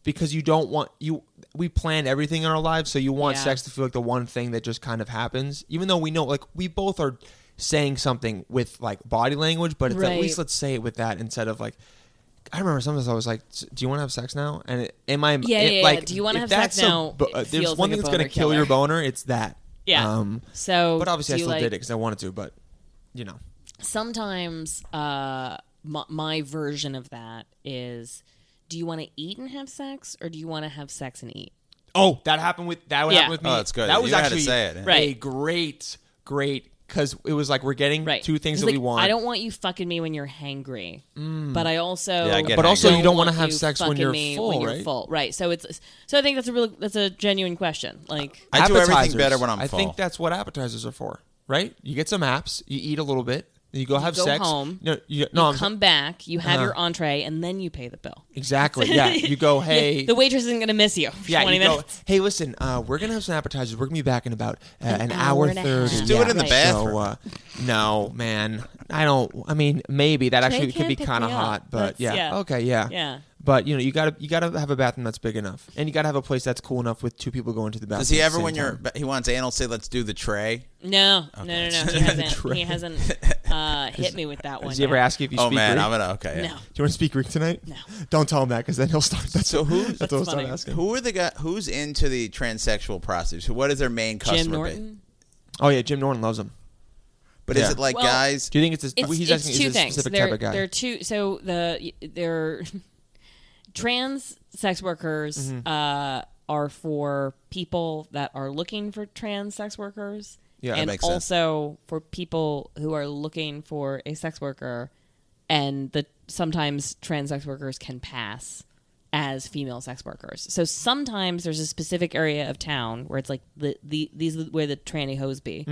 A: because you don't want you we plan everything in our lives so you want
D: Yeah.
A: sex to feel like the one thing that just kind of happens even though we know like we both are saying something with like body language but it's at
D: Right.
A: least let's say it with that instead of like I remember sometimes I was like, "Do you want to have sex now?" And it, am I
D: Yeah,
A: it-
D: yeah, yeah.
A: like,
D: Do you
A: if
D: wanna have sex
A: that's a
D: now?
A: bo-
D: It
A: uh, there's
D: feels
A: one
D: like
A: thing
D: a
A: that's going to
D: boner
A: kill your
D: killer.
A: boner. It's that.
D: Yeah.
A: Um,
D: so,
A: but obviously, I
D: do you,
A: still did it
D: like-
A: because I wanted to. But you know,
D: sometimes uh my, my version of that is do you want to eat and have sex or do you want to have sex and eat
A: oh, that happened with that
D: Yeah.
A: happened with me.
C: Oh, that's good.
A: That
C: You
A: was
C: had to
A: actually
C: say it, yeah.
A: a
D: Right.
A: great, great because it was like we're getting
D: right
A: two things
D: 'Cause,
A: that we
D: like,
A: want. Mm.
D: i don't want you fucking me when you're hangry but i also
C: Yeah, I get
A: But also,
C: hangry.
A: you don't want to
D: want
A: have
D: you
A: sex when
D: fucking
A: you're
D: me
A: full,
D: when you're
A: right?
D: full right so it's so i think that's a really that's a genuine question like
C: I do
A: Appetizers.
C: everything better when I'm
A: I
C: full.
A: think that's what appetizers are for, right? You get some apps, you eat a little bit, you go have
D: go
A: sex.
D: home,
A: no, you, no, I'm
D: come back you have
A: Uh-huh.
D: your entree and then you pay the bill
A: exactly. Yeah, you go. Hey,
D: the waitress isn't gonna miss you for
A: Yeah,
D: 20
A: you go,
D: minutes
A: hey, listen, uh, we're gonna have some appetizers. We're gonna be back in about uh, an, hour,
D: hour and a half.
A: thirty.
D: Just
C: do
A: yeah.
C: it in the
D: Right.
C: bathroom.
A: So, uh, no, man, I don't. I mean, maybe that actually could
D: can't
A: be
D: pick
A: kind of
D: me up.
A: hot, but
D: That's-
A: yeah.
D: yeah.
A: okay, yeah,
D: Yeah.
A: But you know, you gotta you gotta have a bathroom that's big enough, and you gotta have a place that's cool enough with two people going to the bathroom.
C: Does he
A: at the
C: ever
A: same
C: when you're
A: time.
C: he wants anal say let's do the tray?
D: No, no, no, no. He hasn't.
A: Trey.
D: he hasn't uh, hit me with that one.
A: Does he ever
D: yet.
A: ask you if you
C: oh
A: speak
C: man,
A: Greek?
C: I'm gonna okay. yeah.
A: Do
D: No.
A: you want to speak Greek tonight? No. Don't tell him that because then he'll start. That's
C: So who-
A: That's, what he'll start
D: funny.
A: asking.
C: Who are the guy? Who's into the transsexual prostitutes? What is their main customer?
D: Jim
C: base?
D: Norton.
A: Oh yeah, Jim Norton loves him.
C: But
A: Yeah.
C: is it like
D: Well,
C: guys?
A: Do you think it's? A,
D: It's,
A: he's
D: it's
A: asking is
D: two
A: it a
D: things.
A: specific
D: They're,
A: type of guy.
D: they're two. So the they're trans sex workers
A: Mm-hmm.
D: uh, are for people that are looking for trans sex workers,
A: Yeah, that
D: and
C: makes sense.
D: also for people who are looking for a sex worker, and the sometimes trans sex workers can pass as female sex workers. So sometimes there's a specific area of town where it's like the, the these are where the tranny hoes be.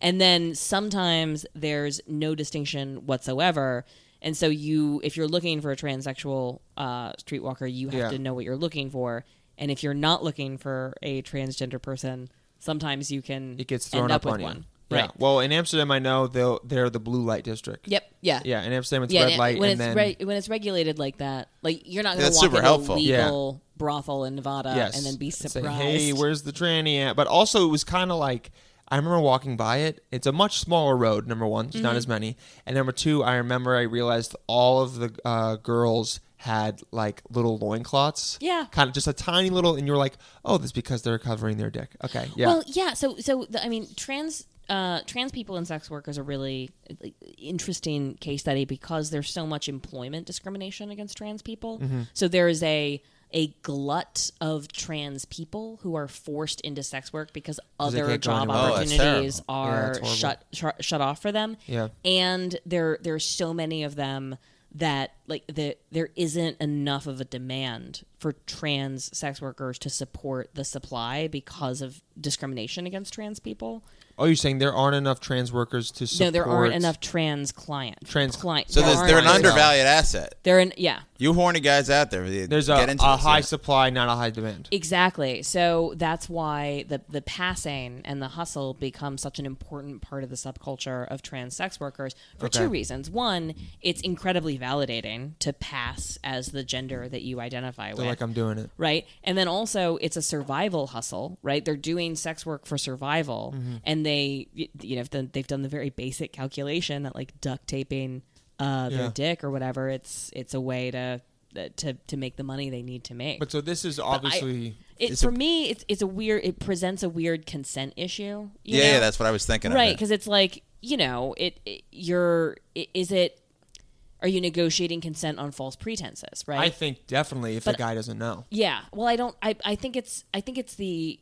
D: And then sometimes there's no distinction whatsoever. And so you if you're looking for a transsexual uh streetwalker, you have
A: Yeah.
D: to know what you're looking for. And if you're not looking for a transgender person, sometimes you can
A: it gets
D: end
A: thrown up,
D: with
A: on you.
D: one.
A: Yeah.
D: Right.
A: Well, in Amsterdam, I know they'll, they're the blue light district.
D: Yep. Yeah.
A: Yeah, in Amsterdam it's
D: Yeah,
A: red
D: and
A: light,
D: when
A: and
D: it's
A: then
D: reg- when it's regulated like that, like you're not going to
C: That's
D: walk
C: super
D: into
C: helpful.
D: a
A: Yeah.
D: legal brothel in Nevada
A: yes,
D: uh, and then be
A: Say,
D: surprised.
A: hey, where's the tranny at? But also, it was kind of like I remember walking by it. It's a much smaller road. Number one, there's
D: Mm-hmm.
A: not as many, and number two, I remember I realized all of the uh, girls had like little loincloths.
D: Yeah.
A: kind of just a tiny little, and you're like, oh, that's because they're covering their dick. Okay, yeah.
D: Well, yeah. So, so the, I mean, trans uh, trans people and sex workers are really like, interesting case study because there's so much employment discrimination against trans people.
A: Mm-hmm.
D: So there is a a glut of trans people who are forced into sex work because
A: they
D: other
A: can't go
D: job
A: anywhere else.
C: Oh, that's terrible.
D: opportunities
A: Yeah,
D: are
A: that's horrible.
D: shut shut shut off for them.
A: Yeah.
D: and there there's so many of them that like the, there isn't enough of a demand for trans sex workers to support the supply because of discrimination against trans people.
A: oh, you're saying there aren't enough trans workers to support?
D: No, there aren't enough trans client
A: Trans-
D: client.
C: So
D: there
C: there's,
D: aren't
C: they're an
D: enough-
C: undervalued asset.
D: They're in yeah.
C: You horny guys out there,
A: There's
C: get
A: a,
C: into
A: a
C: this,
A: high
C: yeah.
A: supply, not a high demand.
D: Exactly. So that's why the the passing and the hustle become such an important part of the subculture of trans sex workers for
A: Okay.
D: two reasons. One, it's incredibly validating to pass as the gender that you identify
A: They're
D: with.
A: like I'm doing it.
D: right? And then also it's a survival hustle, right? They're doing sex work for survival,
A: Mm-hmm.
D: and they, y- you know, if the- they've done the very basic calculation that like duct taping uh,
A: Yeah.
D: their dick or whatever. It's it's a way to to to make the money they need to make.
A: But so this is
D: I-
A: obviously
D: it, for me, it's it's a weird. It presents a weird consent issue. you
C: Yeah, yeah,
D: know?
C: that's what I was thinking.
D: right
C: Of it.
D: because it's like you know, it, it you're i- is it are you negotiating consent on false pretenses, right?
A: I think definitely if the guy doesn't know.
D: Yeah. Well, I don't. I, I think it's I think it's the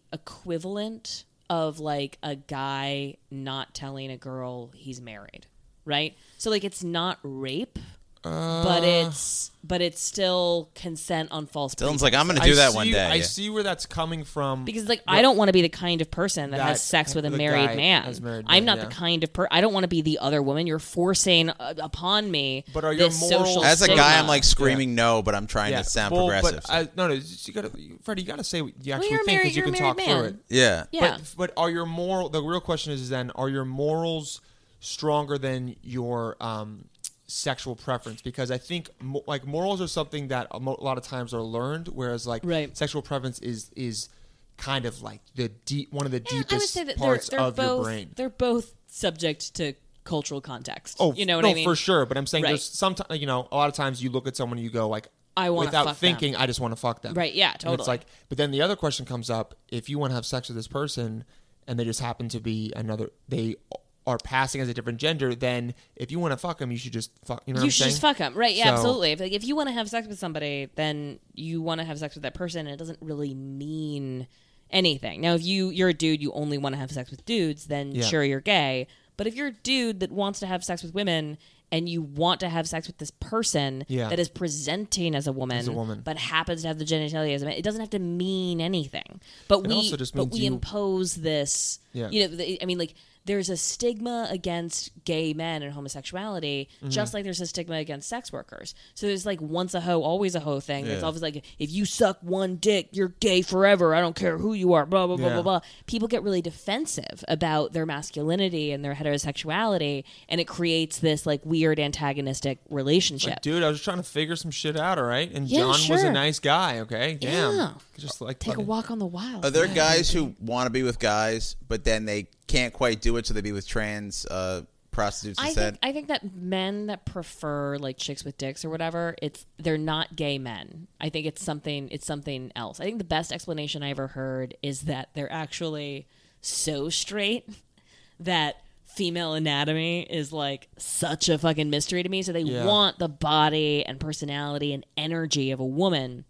D: equivalent of like a guy not telling a girl he's married, right? So like it's not rape,
C: Uh.
D: but it's but it's still consent on false.
C: Dylan's
D: pretense.
C: like, I'm going to do
A: I
C: that
A: see,
C: one day.
A: I
C: Yeah.
A: see where that's coming from.
D: because like I don't want to be the kind of person that,
A: That-
D: has sex with a
A: the guy
D: married man.
A: has married
D: I'm
A: man,
D: not the
A: yeah.
D: kind of per. I don't want to be the other woman you're forcing uh, upon me.
A: But are your
D: this
A: morals-
D: social
C: As a guy, I'm
D: stigma.
C: like screaming no, but I'm trying
A: yeah.
C: to sound
A: Well,
C: progressive.
A: But I, no, no, you gotta, Freddie, you gotta say what you actually
D: you're a
A: think
D: married-
A: because you
D: you're a
A: can talk
D: married
A: through
D: man.
A: it.
C: yeah.
D: yeah.
A: But, but are your moral? The real question is then: Are your morals stronger than your um, sexual preference? Because I think mo- like morals are something that a mo- a lot of times are learned, whereas like
D: Right.
A: sexual preference is is kind of like the deep one of the
D: Yeah,
A: deepest parts of
D: both,
A: your brain.
D: They're both subject to cultural context.
A: Oh,
D: you know what
A: no,
D: I mean?
A: for sure. But I'm saying
D: Right.
A: there's sometimes you know a lot of times you look at someone and you go like
D: I wanna
A: without
D: fuck
A: thinking I just want to fuck them.
D: Right, yeah,
A: And it's
D: totally.
A: like, but then the other question comes up: if you want to have sex with this person and they just happen to be another, they are passing as a different gender. Then if you want to fuck them, you should just fuck. You know what
D: You
A: I'm
D: should just
A: saying?
D: fuck them, right? Yeah,
A: So-
D: absolutely. If, like, if you want to have sex with somebody, then you want to have sex with that person, and it doesn't really mean anything. Now, if you you're a dude, you only want to have sex with dudes, then
A: Yeah.
D: sure you're gay. But if you're a dude that wants to have sex with women and you want to have sex with this person
A: Yeah.
D: that is presenting as a woman,
A: a woman.
D: but happens to have the genitalia as a man, it doesn't have to mean anything. But we
A: also just
D: but
A: means
D: we
A: you-
D: impose this
A: Yeah.
D: you know the, i mean like there's a stigma against gay men and homosexuality
A: Mm-hmm.
D: just like there's a stigma against sex workers so there's like once a hoe always a hoe thing it's
C: Yeah.
D: always like if you suck one dick you're gay forever i don't care who you are blah blah blah
A: Yeah.
D: blah blah people get really defensive about their masculinity and their heterosexuality and it creates this like weird antagonistic relationship
A: Dude, I was just trying to figure some shit out, all right? And
D: Yeah,
A: John was a
D: sure.
A: nice guy, okay? Damn.
D: Yeah.
A: Just like
D: take a
A: fucking-
D: walk on the wild
C: Are there
D: side.
C: guys who want to be with guys, but then they can't quite do it, so they be with trans uh, prostitutes
D: I
C: instead?
D: think, I think that men that prefer like chicks with dicks or whatever, it's they're not gay men. I think it's something it's something else. I think the best explanation I ever heard is that they're actually so straight that female anatomy is like such a fucking mystery to me. So they
A: Yeah.
D: want the body and personality and energy of a woman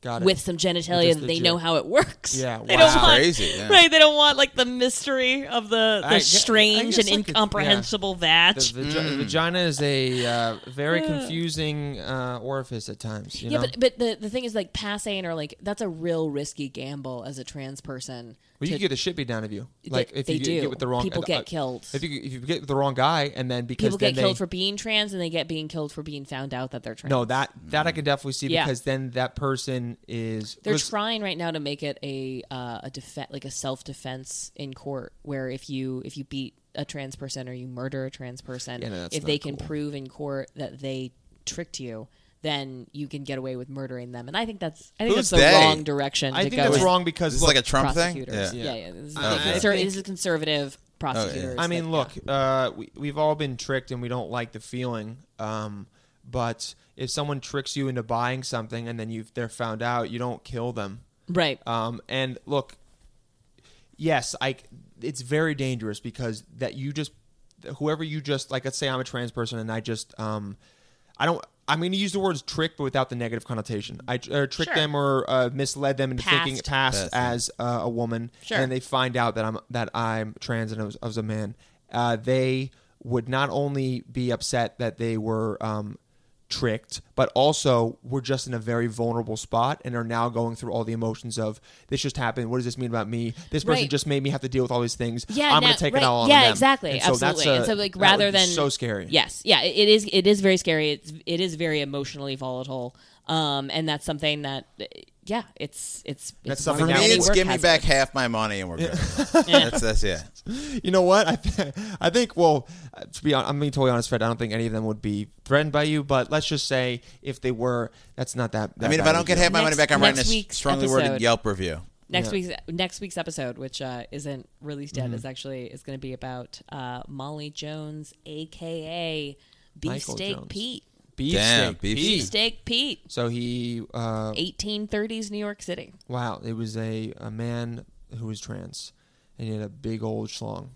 A: Got it.
D: with some genitalia
A: Just
D: that
A: the
D: they
A: jig.
D: know how it works.
A: Yeah,
D: they
A: wow.
D: don't want,
C: Crazy, yeah.
D: right? They don't want like the mystery of the, the
A: I gue- I
D: strange
A: guess
D: and
A: I could- yeah.
D: incomprehensible
A: the
D: vatch.
A: vagi- vagina is a uh, very confusing uh, orifice at times. You
D: yeah,
A: know?
D: but but the, the thing is like passing or like that's a real risky gamble as a trans person.
A: Well, you
D: to-
A: can get the shit beat down of you. Like if
D: they
A: you get-
D: do.
A: get with the wrong
D: People get
A: uh,
D: killed.
A: If you if you get with the wrong guy, and then because
D: people get
A: then
D: killed
A: they,
D: for being trans and they get being killed for being found out that they're trans.
A: no that that
C: Mm.
A: I can definitely see
D: Yeah.
A: because then that person is
D: They're
A: let's-
D: trying right now to make it a uh, a defense, like a self defense in court, where if you if you beat a trans person or you murder a trans person,
A: no, that's
D: if they
A: not
D: can
A: cool.
D: prove in court that they tricked you, then you can get away with murdering them. And I think that's I think
C: Who's
D: that's the
C: they?
D: wrong direction.
A: I
D: to
A: think
D: go
A: that's
D: in.
A: wrong
C: Is
A: because
C: this
A: look,
C: like a Trump thing?
D: prosecutors. Yeah, yeah. This, is
A: Okay.
D: conser-
A: I think-
D: this is conservative prosecutors.
A: I mean,
D: that-
A: look, uh, we, we've all been tricked and we don't like the feeling. Um, but if someone tricks you into buying something and then you they're found out, you don't kill them.
D: right?
A: Um, and look, yes, I. It's very dangerous because that you just, whoever you just like. Let's say I'm a trans person and I just, um, I don't. I'm going to use the words trick, but without the negative connotation. I uh, trick
D: Sure.
A: them or uh, misled them into
D: Passed.
A: thinking past
C: Passed, yeah.
A: as uh, a woman,
D: Sure.
A: and they find out that I'm that I'm trans and I was, I was a man. Uh, they would not only be upset that they were um, tricked, but also were just in a very vulnerable spot and are now going through all the emotions of this just happened. What does this mean about me? This person
D: Right.
A: just made me have to deal with all these things.
D: yeah,
A: I'm
D: now-
A: gonna take
D: right,
A: it all on
D: Yeah,
A: them.
D: exactly,
A: And so
D: absolutely.
A: That's a,
D: and so like
A: that would
D: rather
A: be
D: than
A: so scary.
D: Yes, yeah, it it is. It is very scary. It's it is very emotionally volatile. Um, and that's something that, uh, yeah, it's it's.
A: That's
D: it's
A: something
C: For
A: Now
C: me,
A: that we
C: it's
D: work
C: give me
D: hazard.
C: back half my money and we're good. that's, that's yeah.
A: You know what? I, th- I think. Well, uh, to be honest, I'm being totally honest, Fred. I don't think any of them would be threatened by you. But let's just say if they were, that's not that. that
C: I mean, if
A: bad
C: I
A: of a
C: don't get
A: deal.
C: half my money
D: Next-
C: back, I'm writing a
D: next
C: s-
D: week's
C: strongly
D: episode.
C: worded Yelp review.
D: Next
A: Yeah. Mm-hmm.
D: week's next week's episode, which uh, isn't released yet, is actually is going to be about uh, Molly Jones, aka
A: Michael Jones.
D: Beefsteak Pete.
A: beef
C: Damn,
A: steak,
C: beef
A: Pete.
C: steak.
D: Beefsteak Pete,
A: So he, uh,
D: 1830s New York City.
A: wow, it was a, a man who was trans, and he had a big old schlong.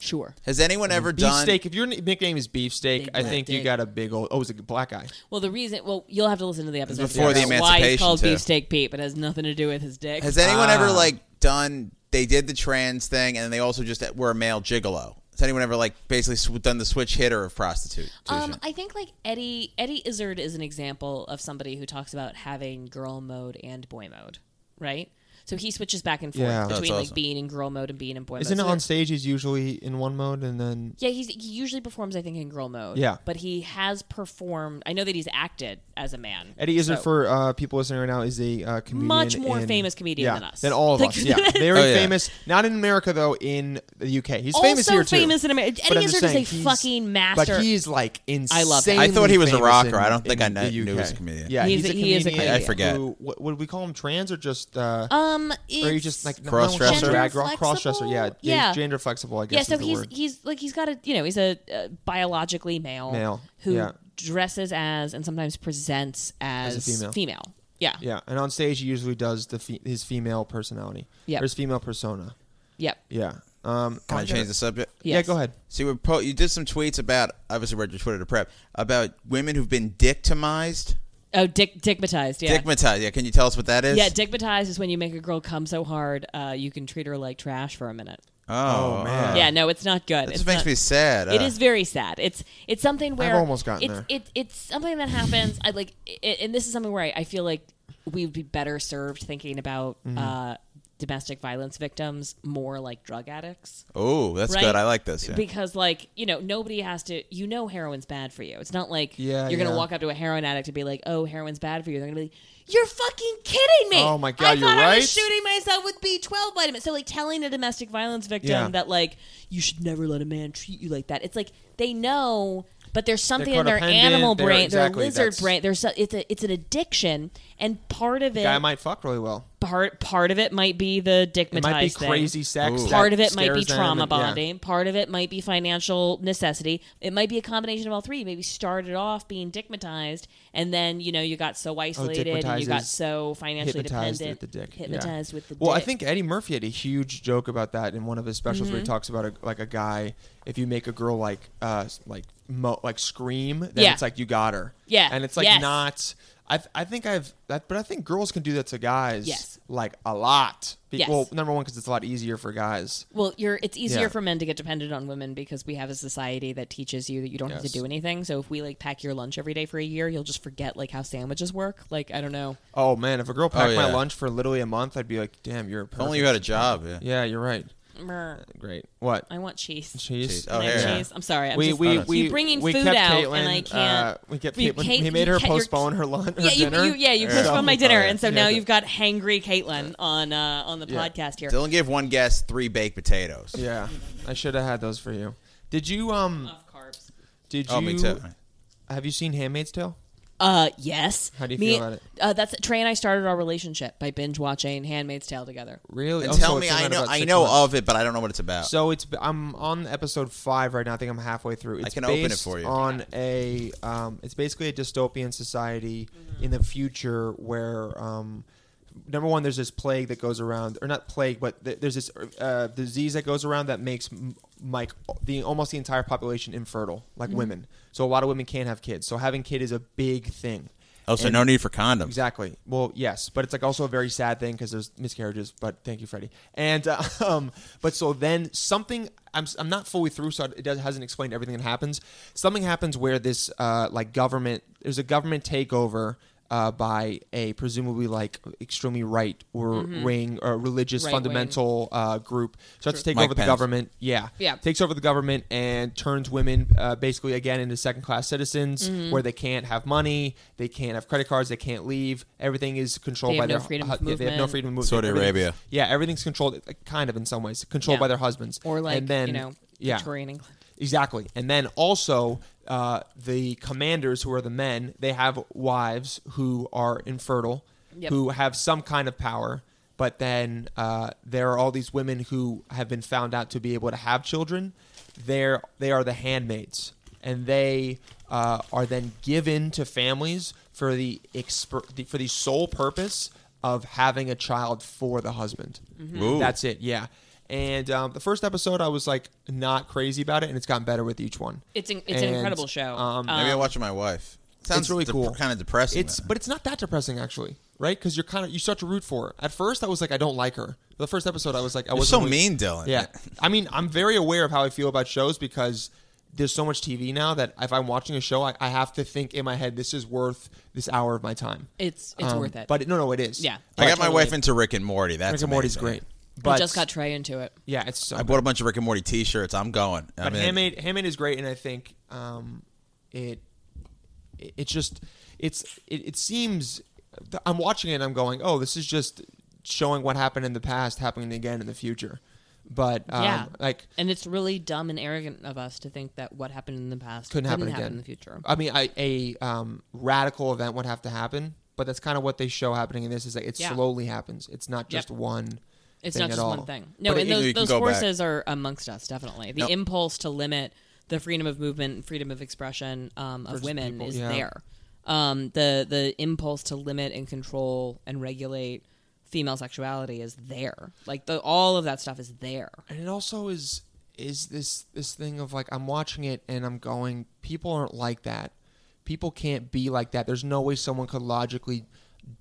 D: Sure.
C: Has anyone ever done?
A: Beefsteak. If your n- nickname is Beefsteak,
D: Big
A: I think
D: Mac
A: you
D: Dick.
A: got a big old. Oh, it was a black guy.
D: Well, the reason, well, you'll have to listen to the episode
C: Before
D: to figure
C: the
D: out why
C: emancipation,
D: it's called
C: too.
D: Beefsteak Pete, but it has nothing to do with his dick.
C: Has anyone ever
A: Ah.
C: like done? They did the trans thing, and they also just uh, were a male gigolo. Has anyone ever like basically sw- done the switch hitter of prostitute?
D: Um, I think like Eddie Eddie Izzard is an example of somebody who talks about having girl mode and boy mode, right? So he switches back and forth
A: Yeah. That's
D: between like
C: awesome.
D: being in girl mode and being in boy mode.
A: Isn't it
D: So
A: on
D: there-
A: stage? He's usually in one mode, and then
D: Yeah, he's, he usually performs, I think, in girl mode.
A: Yeah.
D: but he has performed. I know that he's acted as a man.
A: Eddie Izzard
D: so-
A: for uh, people listening right now is a uh, comedian.
D: Much more
A: in-
D: famous comedian
A: yeah,
D: than us.
A: Than all of
D: Like-
A: us. Yeah, very
C: Oh, yeah.
A: famous. Not in America though. In the UK, he's
D: Also
A: famous here too.
D: famous in America.
A: But
D: Eddie
A: I'm just
D: Izzard is a
A: saying, he's-
D: fucking master.
A: But he's like insane.
D: I love him.
C: I thought he was a
A: famous
C: rocker.
A: in-
C: I don't think
A: in
C: I kn-
A: the
C: knew he was a
A: UK.
C: comedian.
A: Yeah,
D: He's
A: he's
D: a- he is a
A: comedian
D: comedian. I
C: forget.
A: who- what would we call him? Trans or just? Uh,
D: um,
A: or are you
D: it's
A: just like
C: Cross-dresser?
A: No, drag,
D: Gender
A: cross-dresser. Yeah,
D: flexible? Yeah.
A: gender flexible. I guess.
D: yeah, so
A: is the
D: he's
A: word.
D: he's like he's got a you know he's a uh, biologically male
A: Male,
D: who
A: yeah.
D: dresses as and sometimes presents as,
A: female.
D: Yeah.
A: Yeah, and on stage he usually does the fe- his female personality.
D: Yep.
A: or his female persona.
D: Yep.
A: Yeah. Um,
C: Can I
A: I'm
C: change
A: gonna-
C: the subject?
A: Yeah,
D: Yes.
A: go ahead.
C: So you, were po- you did some tweets about obviously read your Twitter to prep about women who've been dictomized.
D: Oh, dick dickmatized. Yeah.
C: Dickmatized. Yeah, can you tell us what that is?
D: yeah, dickmatized is when you make a girl come so hard uh, you can treat her like trash for a minute.
C: Oh,
A: Oh, man.
C: man.
D: yeah, no, it's not good.
C: This
D: It's
C: makes
D: not-
C: me sad.
D: It
C: uh,
D: is very sad. It's it's something where
A: almost gotten
D: it's,
A: there.
D: It, it's something that happens. I like, i and this is something where I, I feel like we would be better served thinking about
A: Mm-hmm.
D: uh, domestic violence victims more like drug addicts.
C: Oh, that's
D: Right?
C: good. I like this. Yeah.
D: because like you know nobody has to you know heroin's bad for you it's not like
A: Yeah,
D: you're gonna
A: yeah.
D: walk up to a heroin addict and be like oh heroin's bad for you they're gonna be like you're fucking kidding me
A: Oh my God,
D: i
A: you're
D: thought i
A: right."
D: was shooting myself with b12 vitamins so like telling a domestic violence victim
A: Yeah.
D: that like you should never let a man treat you like that it's like they know but there's something in their
A: codependent,
D: animal
A: they're-
D: brain
A: exactly,
D: their lizard
A: that's-
D: brain there's so- it's a it's an addiction and part of it
A: Guy might fuck really well.
D: part part of it might be the dickmatized
A: It might be
D: thing
A: crazy sex.
C: Ooh.
A: that
D: part of it might be
A: scares them
D: trauma
A: and- yeah.
D: bonding part of it might be financial necessity it might be a combination of all three maybe started off being dickmatized and then you know you got so isolated and you got
A: dickmatized
D: so financially
A: Oh, Hypnotized
D: dependent
A: with the dick. yeah.
D: hypnotized with the
A: Well,
D: dick.
A: I think Eddie Murphy had a huge joke about that in one of his specials where he
D: Mm-hmm.
A: talks about a, like a guy if you make a girl like uh like mo- like scream, then
D: Yeah.
A: it's like you got her.
D: Yeah.
A: and it's like
D: Yes.
A: not. I I think I've that, but I think girls can do that to guys.
D: Yes.
A: like a lot. Be-
D: Yes.
A: Well, number one because it's a lot easier for guys.
D: well you're it's easier
A: Yeah.
D: for men to get dependent on women because we have a society that teaches you that you don't have
A: Yes.
D: to do anything so if we like pack your lunch every day for a year you'll just forget like how sandwiches work like i don't know
A: Oh man, if a girl packed my
C: yeah.
A: lunch for literally a month, I'd be like, damn, you're.
C: If only you had a job. Yeah.
A: Yeah, you're right.
D: Mer,
A: Great. What?
D: i want cheese
A: Cheese.
C: Oh,
D: Can I have
C: yeah.
D: cheese? I'm sorry. I'm
A: we
D: Uh, just,
A: we
D: keep
A: we
D: bringing
A: we
D: food
A: kept
D: out,
A: Caitlin,
D: and I can't.
A: Uh, we kept
D: we
A: Caitlin.
D: can't-
A: he made
D: you
A: her
D: can't- you're-
A: postpone her lunch.
D: yeah,
A: her
D: you,
A: dinner.
D: you yeah you
A: Yeah.
D: postponed my dinner,
C: Oh, yeah.
D: and so
A: Yeah,
D: now
A: good.
D: you've got hangry Caitlin on uh, on the
A: Yeah.
D: podcast here.
C: Dylan gave one guest three baked potatoes.
A: Yeah, I should have had those for you. Did you um?
D: Off carbs.
A: Did you?
C: Oh, me too.
A: Have you seen *Handmaid's Tale*?
D: Uh, yes.
A: How do you
D: Me-
A: feel about it?
D: Uh, that's Trey and I started our relationship by binge watching *Handmaid's Tale* together.
A: Really?
C: And
A: Oh,
C: tell
A: so
C: me,
A: it's been
C: I
A: out
C: know,
A: about
C: I
A: six
C: know
A: months.
C: of it, but I don't know what it's about.
A: So it's I'm on episode five right now. I think I'm halfway through. It's
C: can open it
A: based
C: for you.
A: On a um, it's basically a dystopian society in the future where um, number one there's this plague that goes around, or not plague, but th- there's this uh, disease that goes around that makes m- like the almost the entire population infertile, like women. So a lot of women can't have kids. So having kid is a big thing.
C: oh, so
A: And-
C: no need for condoms.
A: Exactly. Well, yes, but it's like also a very sad thing because there's miscarriages. But thank you, Freddie. And uh, um, but so then something I'm I'm not fully through, so it does, hasn't explained everything that happens. Something happens where this uh like government there's a government takeover. Uh, by a presumably like extremely right or wing or religious
D: Mm-hmm. Right wing.
A: fundamental uh, group starts to take
C: Mike
A: over the
C: Pence.
A: government. Yeah,
D: Yeah.
A: Takes over the government and turns women uh, basically again into second class citizens,
D: Mm-hmm.
A: where they can't have money, they can't have credit cards, they can't leave. Everything is controlled
D: They
A: by
D: have
A: their
D: no freedom
A: hu-
D: of
A: yeah, they have no
D: movement.
A: freedom of movement.
C: Saudi
A: Everything's-
C: Arabia.
A: Yeah, everything's controlled, uh, kind of in some ways, controlled
D: Yeah.
A: by their husbands.
D: Or like
A: and then,
D: you know,
A: yeah,
D: Victorian England.
A: Exactly. And then also uh, the commanders, who are the men, they have wives who are infertile,
D: Yep.
A: who have some kind of power. But then uh, there are all these women who have been found out to be able to have children. They're, they are the handmaids. And they uh, are then given to families for the, exper- the for the sole purpose of having a child for the husband.
C: Ooh.
A: That's it. Yeah. And um, the first episode, I was like not crazy about it, and it's gotten better with each one.
D: It's an- it's an incredible show.
A: Um,
D: Um,
C: Maybe I'll watch it with my wife. Sounds
A: it's really cool.
C: Kind of depressing.
A: It's
C: though.
A: but it's not that depressing actually, right? Because you're kind of you start to root for her. At first, I was like, I don't like her. The first episode, I was like, I
C: You're
A: was
C: so mean, Dylan.
A: Yeah, I mean, I'm very aware of how I feel about shows because there's so much TV now that if I'm watching a show, I, I have to think in my head, this is worth this hour of my time.
D: It's it's
A: Um,
D: worth it.
A: But no, no, it is.
D: Yeah.
C: I got my
D: Totally.
C: wife into Rick and Morty. That's
A: Rick and Morty's
C: amazing.
A: great, but
D: we just got Trey into it.
A: yeah, it's so
C: I bought a bunch of Rick and Morty T-shirts. I'm going. I
A: But
C: mean,
A: handmade, handmade is great, and I think um, it, it it's just it's it, it seems I'm watching it, and I'm going, oh, this is just showing what happened in the past happening again in the future. But um,
D: yeah,
A: like
D: and it's really dumb and arrogant of us to think that what happened in the past
A: couldn't happen again
D: in the future.
A: I mean, I, a um, radical event would have to happen, but that's kind of what they show happening in this is that it
D: Yeah.
A: slowly happens. It's not just
D: Yep.
A: one.
D: It's
A: thing
D: not
A: at
D: just
A: all.
D: one thing. No,
C: But
D: and
C: it- you
D: those,
C: can
D: those
C: go back.
D: forces are amongst us definitely. The
C: No.
D: impulse to limit the freedom of movement and freedom of expression um, of
A: just
D: women
A: people,
D: is
A: yeah.
D: there. Um, the the impulse to limit and control and regulate female sexuality is there. Like the, all of that stuff is there.
A: and it also is is this this thing of like I'm watching it and I'm going, people aren't like that. People can't be like that. There's no way someone could logically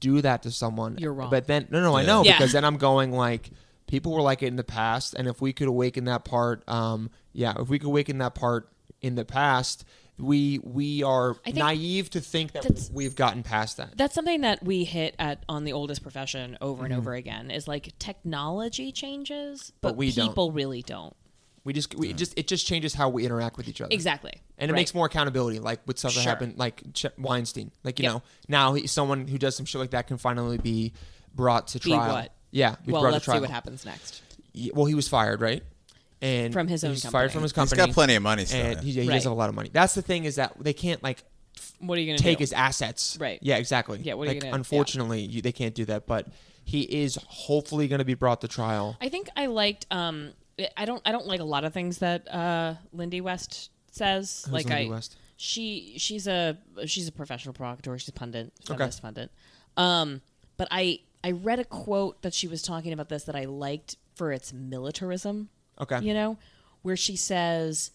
A: do that to someone.
D: You're wrong.
A: But then no, no, I know
D: Yeah.
A: because then I'm going like people were like it in the past, and if we could awaken that part, um, yeah, if we could awaken that part in the past. We we are
D: think
A: naive to think that
D: that's-
A: we've gotten past that.
D: That's something that we hit at on the oldest profession over and over again is like technology changes, but,
A: Mm-hmm. But we don't.
D: people really don't.
A: We just we it just it just changes how we interact with each other.
D: Exactly.
A: and it
D: Right.
A: makes more accountability like with stuff that
D: Sure.
A: happened like Ch- weinstein like you
D: Yep.
A: know now he, someone who does some shit like that can finally be brought to
D: Be
A: trial
D: what?
A: yeah be
D: well,
A: brought
D: let's
A: to trial.
D: see what happens next.
A: Y- well he was fired right and
D: From his
A: he
D: own
A: was fired
D: company.
A: from his
C: He's
A: company
C: got plenty of money still.
A: and he,
C: yeah.
A: yeah, he
D: Right.
A: does have a lot of money that's the thing is that they can't like
D: What are you going to
A: take
D: do?
A: his assets
D: Right.
A: yeah exactly
D: Yeah, what are you
A: like,
D: gonna- yeah.
A: unfortunately you, they can't do that but he is hopefully going to be brought to trial
D: I think I liked. Um, I don't. I don't like a lot of things that uh, Lindy West says. like
A: Lindy
D: I,
A: West?
D: she she's a she's a professional provocateur. She's a pundit,
A: Okay.
D: feminist pundit. Um, but I I read a quote that she was talking about this that I liked for its militarism.
A: Okay.
D: you know, where she says,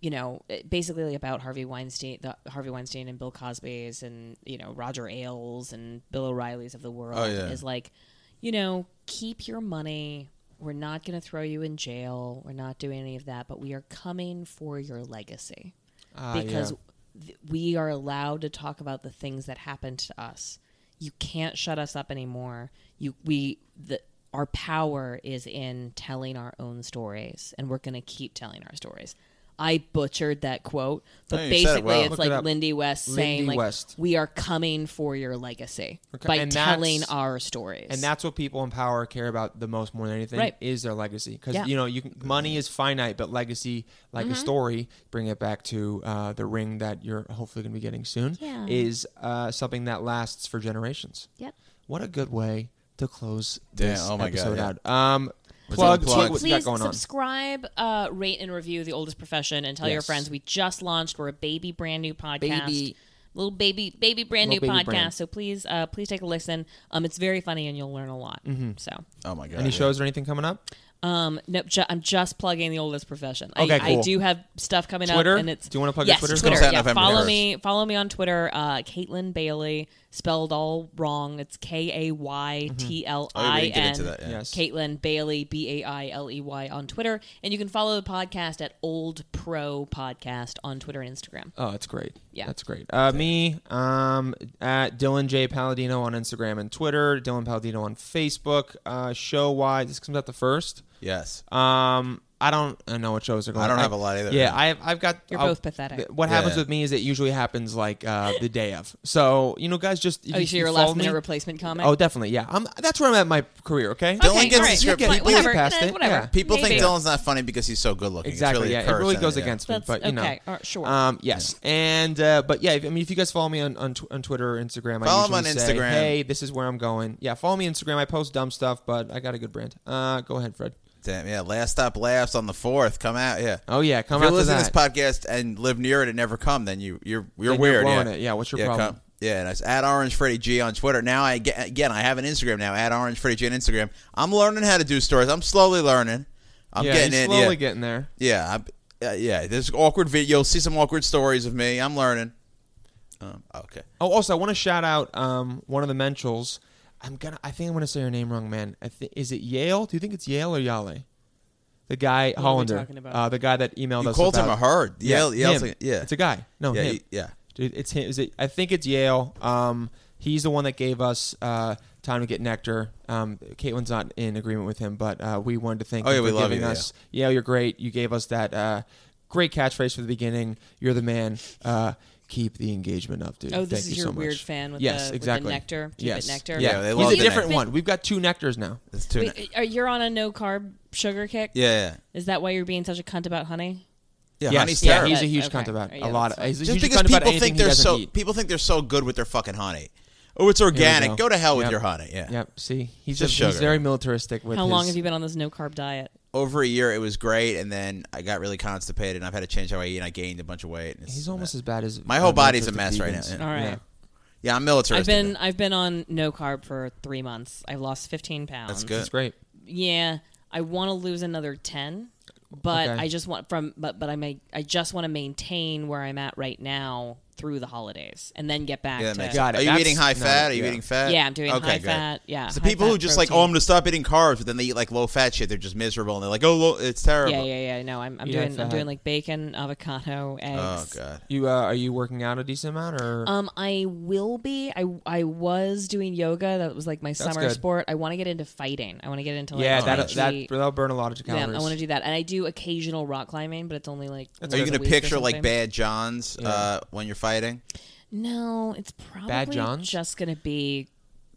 D: you know, it- basically about Harvey Weinstein, the Harvey Weinstein and Bill Cosby's, and you know Roger Ailes and Bill O'Reilly's of the world
C: Oh, yeah.
D: is like, you know, keep your money. We're not going to throw you in jail. We're not doing any of that, but we are coming for your legacy
A: Ah,
D: because
A: yeah.
D: th- we are allowed to talk about the things that happened to us. You can't shut us up anymore. You we the our power is in telling our own stories, and we're going to keep telling our stories. I butchered that quote, but
C: No, you said it
D: basically
C: well.
D: it's
A: Look it
D: like
A: up.
D: Lindy West saying
A: Lindy
D: like
A: West.
D: we are coming for your legacy
A: Okay,
D: by
A: and that's-
D: telling our stories.
A: And that's what people in power care about the most more than anything
D: Right.
A: is their legacy. Because
D: Yeah. Mm-hmm.
A: you know, you can, money is finite, but legacy, like a story, bring it back to uh, the ring that you're hopefully going to be getting soon,
E: Yeah.
A: is uh, something that lasts for generations.
E: Yep.
A: What a good way to close
C: Damn,
A: this
C: oh my God,
A: episode
C: yeah.
A: out. Um,
C: Let's
A: plug,
C: unplug.
A: plug what you got
D: Please
A: going on.
D: subscribe, uh, rate, and review The Oldest Profession, and tell your
A: Yes.
D: friends we just launched. We're a baby, brand new podcast.
A: Baby.
D: Little baby, baby, brand
A: Little
D: new
A: baby
D: podcast.
A: brand.
D: So please, uh, please take a listen. Um, it's very funny, and you'll learn a lot.
A: Mm-hmm.
D: So,
C: Oh my god.
A: Any
C: yeah.
A: shows or anything coming up?
D: um, no, ju- I'm just plugging The Oldest Profession.
A: Okay,
D: I, I
A: cool.
D: do have stuff coming
A: Twitter?
D: up, and it's
A: Do you wanna plug your
D: yes,
A: Twitter?
D: Twitter.
C: Comes out
D: yeah.
C: November
D: follow
C: first.
D: me, follow me on Twitter. Uh, Caitlin Bailey, spelled all wrong. It's K A Y T L
C: Oh, we
D: I
C: didn't get into that.
D: N.
C: Yeah.
A: Yes.
D: Caitlin Bailey, B A I L E Y, on Twitter. And you can follow the podcast at Old Pro Podcast on Twitter and Instagram.
A: Oh, that's great.
D: Yeah.
A: That's great. Uh, me, um, at Dylan J. Palladino on Instagram and Twitter, Dylan Palladino on Facebook. Uh, show wise, this comes out the first.
C: Yes.
A: Um, I don't I know what shows are going.
C: I don't have a lot either.
A: Yeah, I've, I've got. uh,
D: You're both pathetic.
A: th- What
C: Yeah.
A: happens with me is it usually happens like uh, the day of. So you know, guys, just if
D: Oh, you see your
A: follow
D: last minute
A: me-
D: replacement comment?
A: Oh, definitely. Yeah, I'm. That's where I'm at in my career. Okay.
C: Dylan gets
D: all
C: the
D: right,
C: script.
D: fine,
C: People-
D: whatever.
A: Past it,
D: whatever.
A: yeah.
C: People
D: Maybe.
C: think Dylan's not funny because he's so good looking.
A: Exactly.
C: It's really a
A: yeah, it
C: curse,
A: really
C: isn't
A: goes
C: Yeah.
A: against me.
D: That's
A: But you know,
D: okay. All right, sure.
A: Um, yes, and uh, but yeah, if, I mean, if you guys follow me on on, tw- on Twitter, or Instagram,
C: Follow
A: I
C: him
A: usually
C: on
A: say,
C: Instagram.
A: hey, this is where I'm going. Yeah, follow me on Instagram. I post dumb stuff, but I got a good brand. Uh, go ahead, Fred.
C: Damn. Yeah. Last stop laughs on the fourth. Come out. Yeah.
A: Oh yeah, come
C: if you're
A: out to
C: listening
A: that.
C: to this podcast and live near it and never come, then you you're you're
A: Then you're
C: weird.
A: blowing
C: yeah.
A: it. Yeah, what's your
C: yeah,
A: problem?
C: Come. Yeah, and it's at Orange Freddy G on Twitter. Now I get, again I have an Instagram now at Orange Freddy G on Instagram. I'm learning how to do stories. I'm slowly learning. I'm
A: yeah,
C: getting
A: he's
C: it.
A: slowly
C: Yeah,
A: getting there.
C: yeah, I'm, yeah, yeah. There's awkward video. You'll see some awkward stories of me. I'm learning. Um, okay.
A: Oh, also, I want to shout out um, one of the Menschels. I'm gonna. I think I'm gonna say her name wrong, man. I thi- is it Yale? Do you think it's Yale or Yale? The guy
D: we
A: Hollander,
D: talking about?
A: Uh, the guy that emailed
C: You
A: us.
C: called him
A: about-
C: a herd. Yeah, yeah,
A: him.
C: yeah.
A: It's a guy. No,
C: yeah,
A: him.
C: y- yeah.
A: Dude, it's him. Is it? I think it's Yale. Um, he's the one that gave us uh, time to get nectar. Um, Caitlin's not in agreement with him, but uh, we wanted to thank.
C: Oh,
A: you
C: yeah,
A: for
C: we love
A: giving
C: you,
A: us. Yale, you're great. You gave us that uh, great catchphrase for the beginning. You're the man. Uh, keep the engagement up, dude.
D: Oh,
A: Thank
D: this is
A: you
D: your
A: so
D: weird
A: much.
D: fan with
A: yes,
D: the- with the
A: exactly.
D: nectar. Keep it
A: yes.
D: nectar.
A: Yeah,
C: Yeah, they
A: he's
C: love
A: a
C: the
A: different
C: nectar.
A: one. We've got two nectars now.
C: It's too.
D: Wait, are you're on a no carb sugar kick?
C: yeah,
D: Is that why you're being such a cunt about honey?
C: yeah. Yeah,
A: Yes,
C: honey's
A: yeah,
C: terrible.
A: he's a
D: That-
A: huge
D: okay.
A: cunt about
D: Yeah,
A: a lot.
D: that's
A: Of, he's a
C: Just
A: huge
C: because
A: cunt about
C: people
A: anything
C: think
A: he
C: they're
A: doesn't
C: so
A: eat.
C: people think they're so good with their fucking honey. Oh, it's organic. Go. to hell with
A: Yep.
C: your honey. Yeah.
A: Yep. See, he's
C: Just
A: a, he's
C: sugar.
A: very militaristic with
D: How
A: his,
D: long have you been on this no carb diet?
C: Over a year, it was great, and then I got really constipated, and I've had to change how I eat, and I gained a bunch of weight. And it's-
A: He's almost as bad as
C: My whole
A: uh,
C: body's a mess
A: militaristic vegans.
C: right now. Yeah.
D: All right.
A: Yeah.
C: Yeah, I'm military.
D: I've been I've been on no carb for three months. I've lost fifteen pounds.
C: That's good.
A: That's great.
D: Yeah, I want to lose another ten, but
A: Okay.
D: I just want from but but I may I just want to maintain where I'm at right now through the holidays and then get back
C: Yeah, that
D: to
C: makes sense.
A: Got it.
C: Are you
A: That's-
C: eating high
A: no,
C: fat? Are you
A: yeah.
C: eating fat?
D: Yeah, I'm doing high
C: great.
D: fat, yeah,
C: It's the
D: high
C: people who
D: fat
C: just like, oh,
D: protein.
C: I'm gonna stop eating carbs, but then they eat like low fat shit. They're just miserable, and they're like, oh, low, it's terrible.
D: yeah yeah yeah no I'm, I'm
A: Yeah,
D: doing I'm
A: fat.
D: doing like bacon avocado
C: Oh
D: eggs.
C: god.
A: You uh, are you working out a decent amount or
D: Um, I will be. I I was doing yoga. That was like my summer
A: good.
D: sport. I want to get into fighting. I want to get into like
A: yeah that
D: Tai
A: that
D: Chi.
A: that'll burn a lot of
D: Yeah,
A: calories.
D: I want to do that, and I do occasional rock climbing, but it's only like.
C: Are you
D: once a
C: gonna
D: week or
C: picture like
D: something.
C: Bad Johns uh, when you're fighting?
D: No, it's probably
A: Johns?
D: just gonna be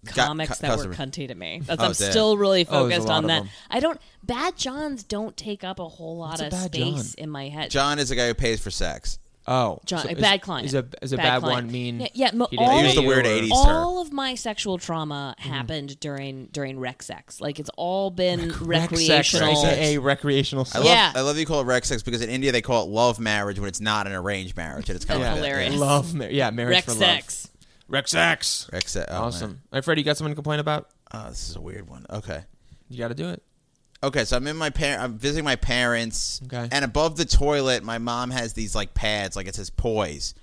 C: cu-
D: comics that
C: customer.
D: were cunty to me. That's,
C: Oh,
D: I'm
C: damn.
D: still really
A: Oh, there's a
D: focused
A: lot
D: on
A: of
D: that.
A: them.
D: I don't. Bad Johns don't take up a whole lot
A: What's a
D: of
A: bad
D: space
A: John?
D: in my head.
C: John is the guy who pays for sex.
A: oh,
D: John,
A: so
D: a
A: is-
D: bad client.
A: Is a is a bad,
D: client.
A: one mean?
D: Yeah, yeah, mo-
A: he didn't
D: all
A: pay
C: I used the
A: you
C: weird
A: or-
C: 80s. term.
D: all of my sexual trauma happened during during rec sex. Like it's all been
A: Hmm. Rec sex,
D: recreational.
A: AKA recreational sex.
C: I love,
D: Yeah.
C: I love that you call it rec sex because in India they call it love marriage when it's not an arranged marriage, and it's kind
D: That's
C: of like that.
D: hilarious.
C: Yeah.
A: Love mar- yeah, marriage
D: Rec
A: for
D: sex.
A: love. Rec sex.
C: Rec sex. Oh,
A: awesome.
C: man.
A: All right, Freddie, you got something to complain about?
C: Oh, this is a weird one. Okay.
A: You got to do it.
C: Okay, so I'm in my parent. I'm visiting my parents.
A: Okay.
C: And above the toilet, my mom has these like pads, like it says poise.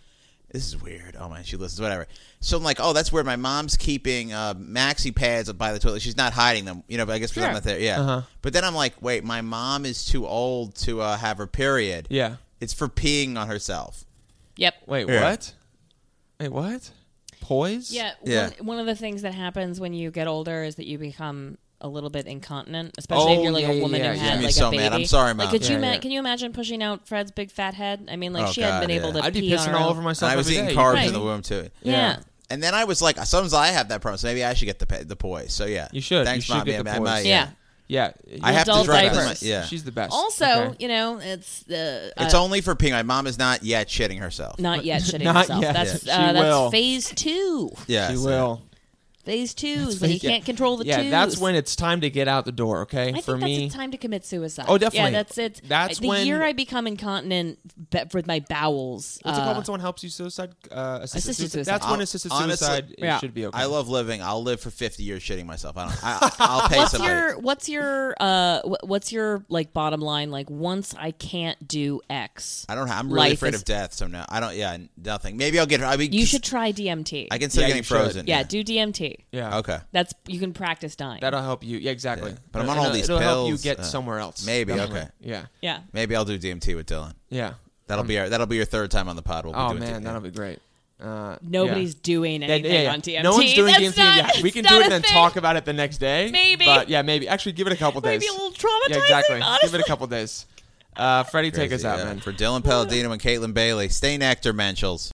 C: This is weird. Oh man, she listens. Whatever. So I'm like, oh, that's weird. My mom's keeping uh, maxi pads up by the toilet. She's not hiding them, you know. But I guess because
D: Sure.
C: I'm not there. Yeah.
A: Uh-huh.
C: But then I'm like, wait, my mom is too old to uh, have her period.
A: Yeah.
C: It's for peeing on herself.
D: Yep.
A: Wait,
C: Yeah.
A: what? Wait, what? Poise?
D: Yeah.
C: Yeah.
D: One, one of the things that happens when you get older is that you become a little bit incontinent, especially if
A: Oh,
D: you're like
A: yeah,
D: a woman
A: yeah,
D: who
A: yeah.
D: had
A: You'd
C: be
D: like
C: so
D: a baby.
C: mad. I'm sorry,
D: Like,
C: Mom.
D: could you
A: Yeah,
D: ma-
A: yeah.
D: can you imagine pushing out Fred's big fat head? I mean, like
C: Oh,
D: she hadn't
C: God,
D: been able
C: yeah.
D: to.
A: I'd be
D: pee on
A: pissing
D: her
A: all
D: own.
A: over myself.
C: And I was
A: every
C: eating
A: day.
C: carbs
D: Right.
C: in the womb too.
D: Yeah.
C: And then I was like, sometimes I have that problem. So maybe I should get the pa- the poise. So yeah.
A: You should. You
C: Thanks,
A: should
C: mom.
A: get
C: yeah,
A: the
C: I
A: poise.
C: might-
D: Yeah.
A: Yeah.
C: I have to
D: Adult
C: try that.
D: diapers.
C: Yeah.
A: She's the best.
D: Also,
A: Okay.
D: you know, it's the uh,
C: It's only for peeing. My mom is not yet shitting herself.
D: not yet shitting
A: Not
D: yourself.
A: yet.
D: That's
A: She
D: uh, that's
A: will.
D: phase two.
C: Yeah,
A: she
C: so-
A: will.
D: Phase two is when you
A: Yeah.
D: can't control the
A: Yeah,
D: twos.
A: that's when it's time to get out the door. Okay,
D: I
A: for
D: think
A: me,
D: that's a time to commit suicide.
A: Oh, definitely.
D: Yeah, that's it.
A: That's
D: the
A: when-
D: year I become incontinent be- with my bowels.
A: what's it
D: uh,
A: called when someone helps you suicide? Uh, assisted,
D: Assisted
A: suicide.
D: suicide.
A: That's when
C: I'll-
A: assisted
C: honestly-
A: suicide it
D: Yeah.
A: should be okay.
C: I love living. I'll live for 50 years shitting myself. I don't, I, I'll pay
D: what's
C: somebody.
D: your what's your uh wh- what's your like bottom line like once I can't do X
C: I don't. I'm really
D: Life
C: afraid
D: is-
C: of death. So no, I don't. Yeah, nothing. Maybe I'll get. I mean,
D: you should try DMT
C: I consider
A: Yeah, you
C: getting
A: should.
C: frozen.
D: yeah do DMT
A: Yeah, uh,
C: Okay.
D: that's you can practice dying
A: that'll help you. Yeah, exactly.
C: Yeah. But I'm on
A: It'll-
C: all these
A: it'll help you
C: pills.
A: get
C: Uh,
A: somewhere else.
C: maybe,
A: definitely.
C: okay.
A: Yeah.
D: yeah
C: Maybe I'll do DMT with Dylan.
A: Yeah.
C: That'll be our, that'll be your third time on the pod. We'll be
A: Mm. Oh
C: doing
A: man,
C: DMT.
A: that'll be great. Uh,
D: nobody's
A: yeah.
D: doing
A: Yeah,
D: anything
A: yeah, yeah.
D: on DMT
A: No one's doing
D: that's
A: DMT
D: not,
A: yet. We
D: that's
A: can
D: not
A: do it
D: a
A: and then
D: thing.
A: talk about it the next day.
D: Maybe.
A: But yeah, maybe. Actually, give it a couple days.
D: maybe a little traumatizing
A: yeah, exactly. Give
D: honestly.
A: it a couple days. Uh, Freddie, take
C: Crazy,
A: us out,
C: yeah.
A: man.
C: For Dylan Palladino and Caitlin Bailey, stay nectar, Menschels.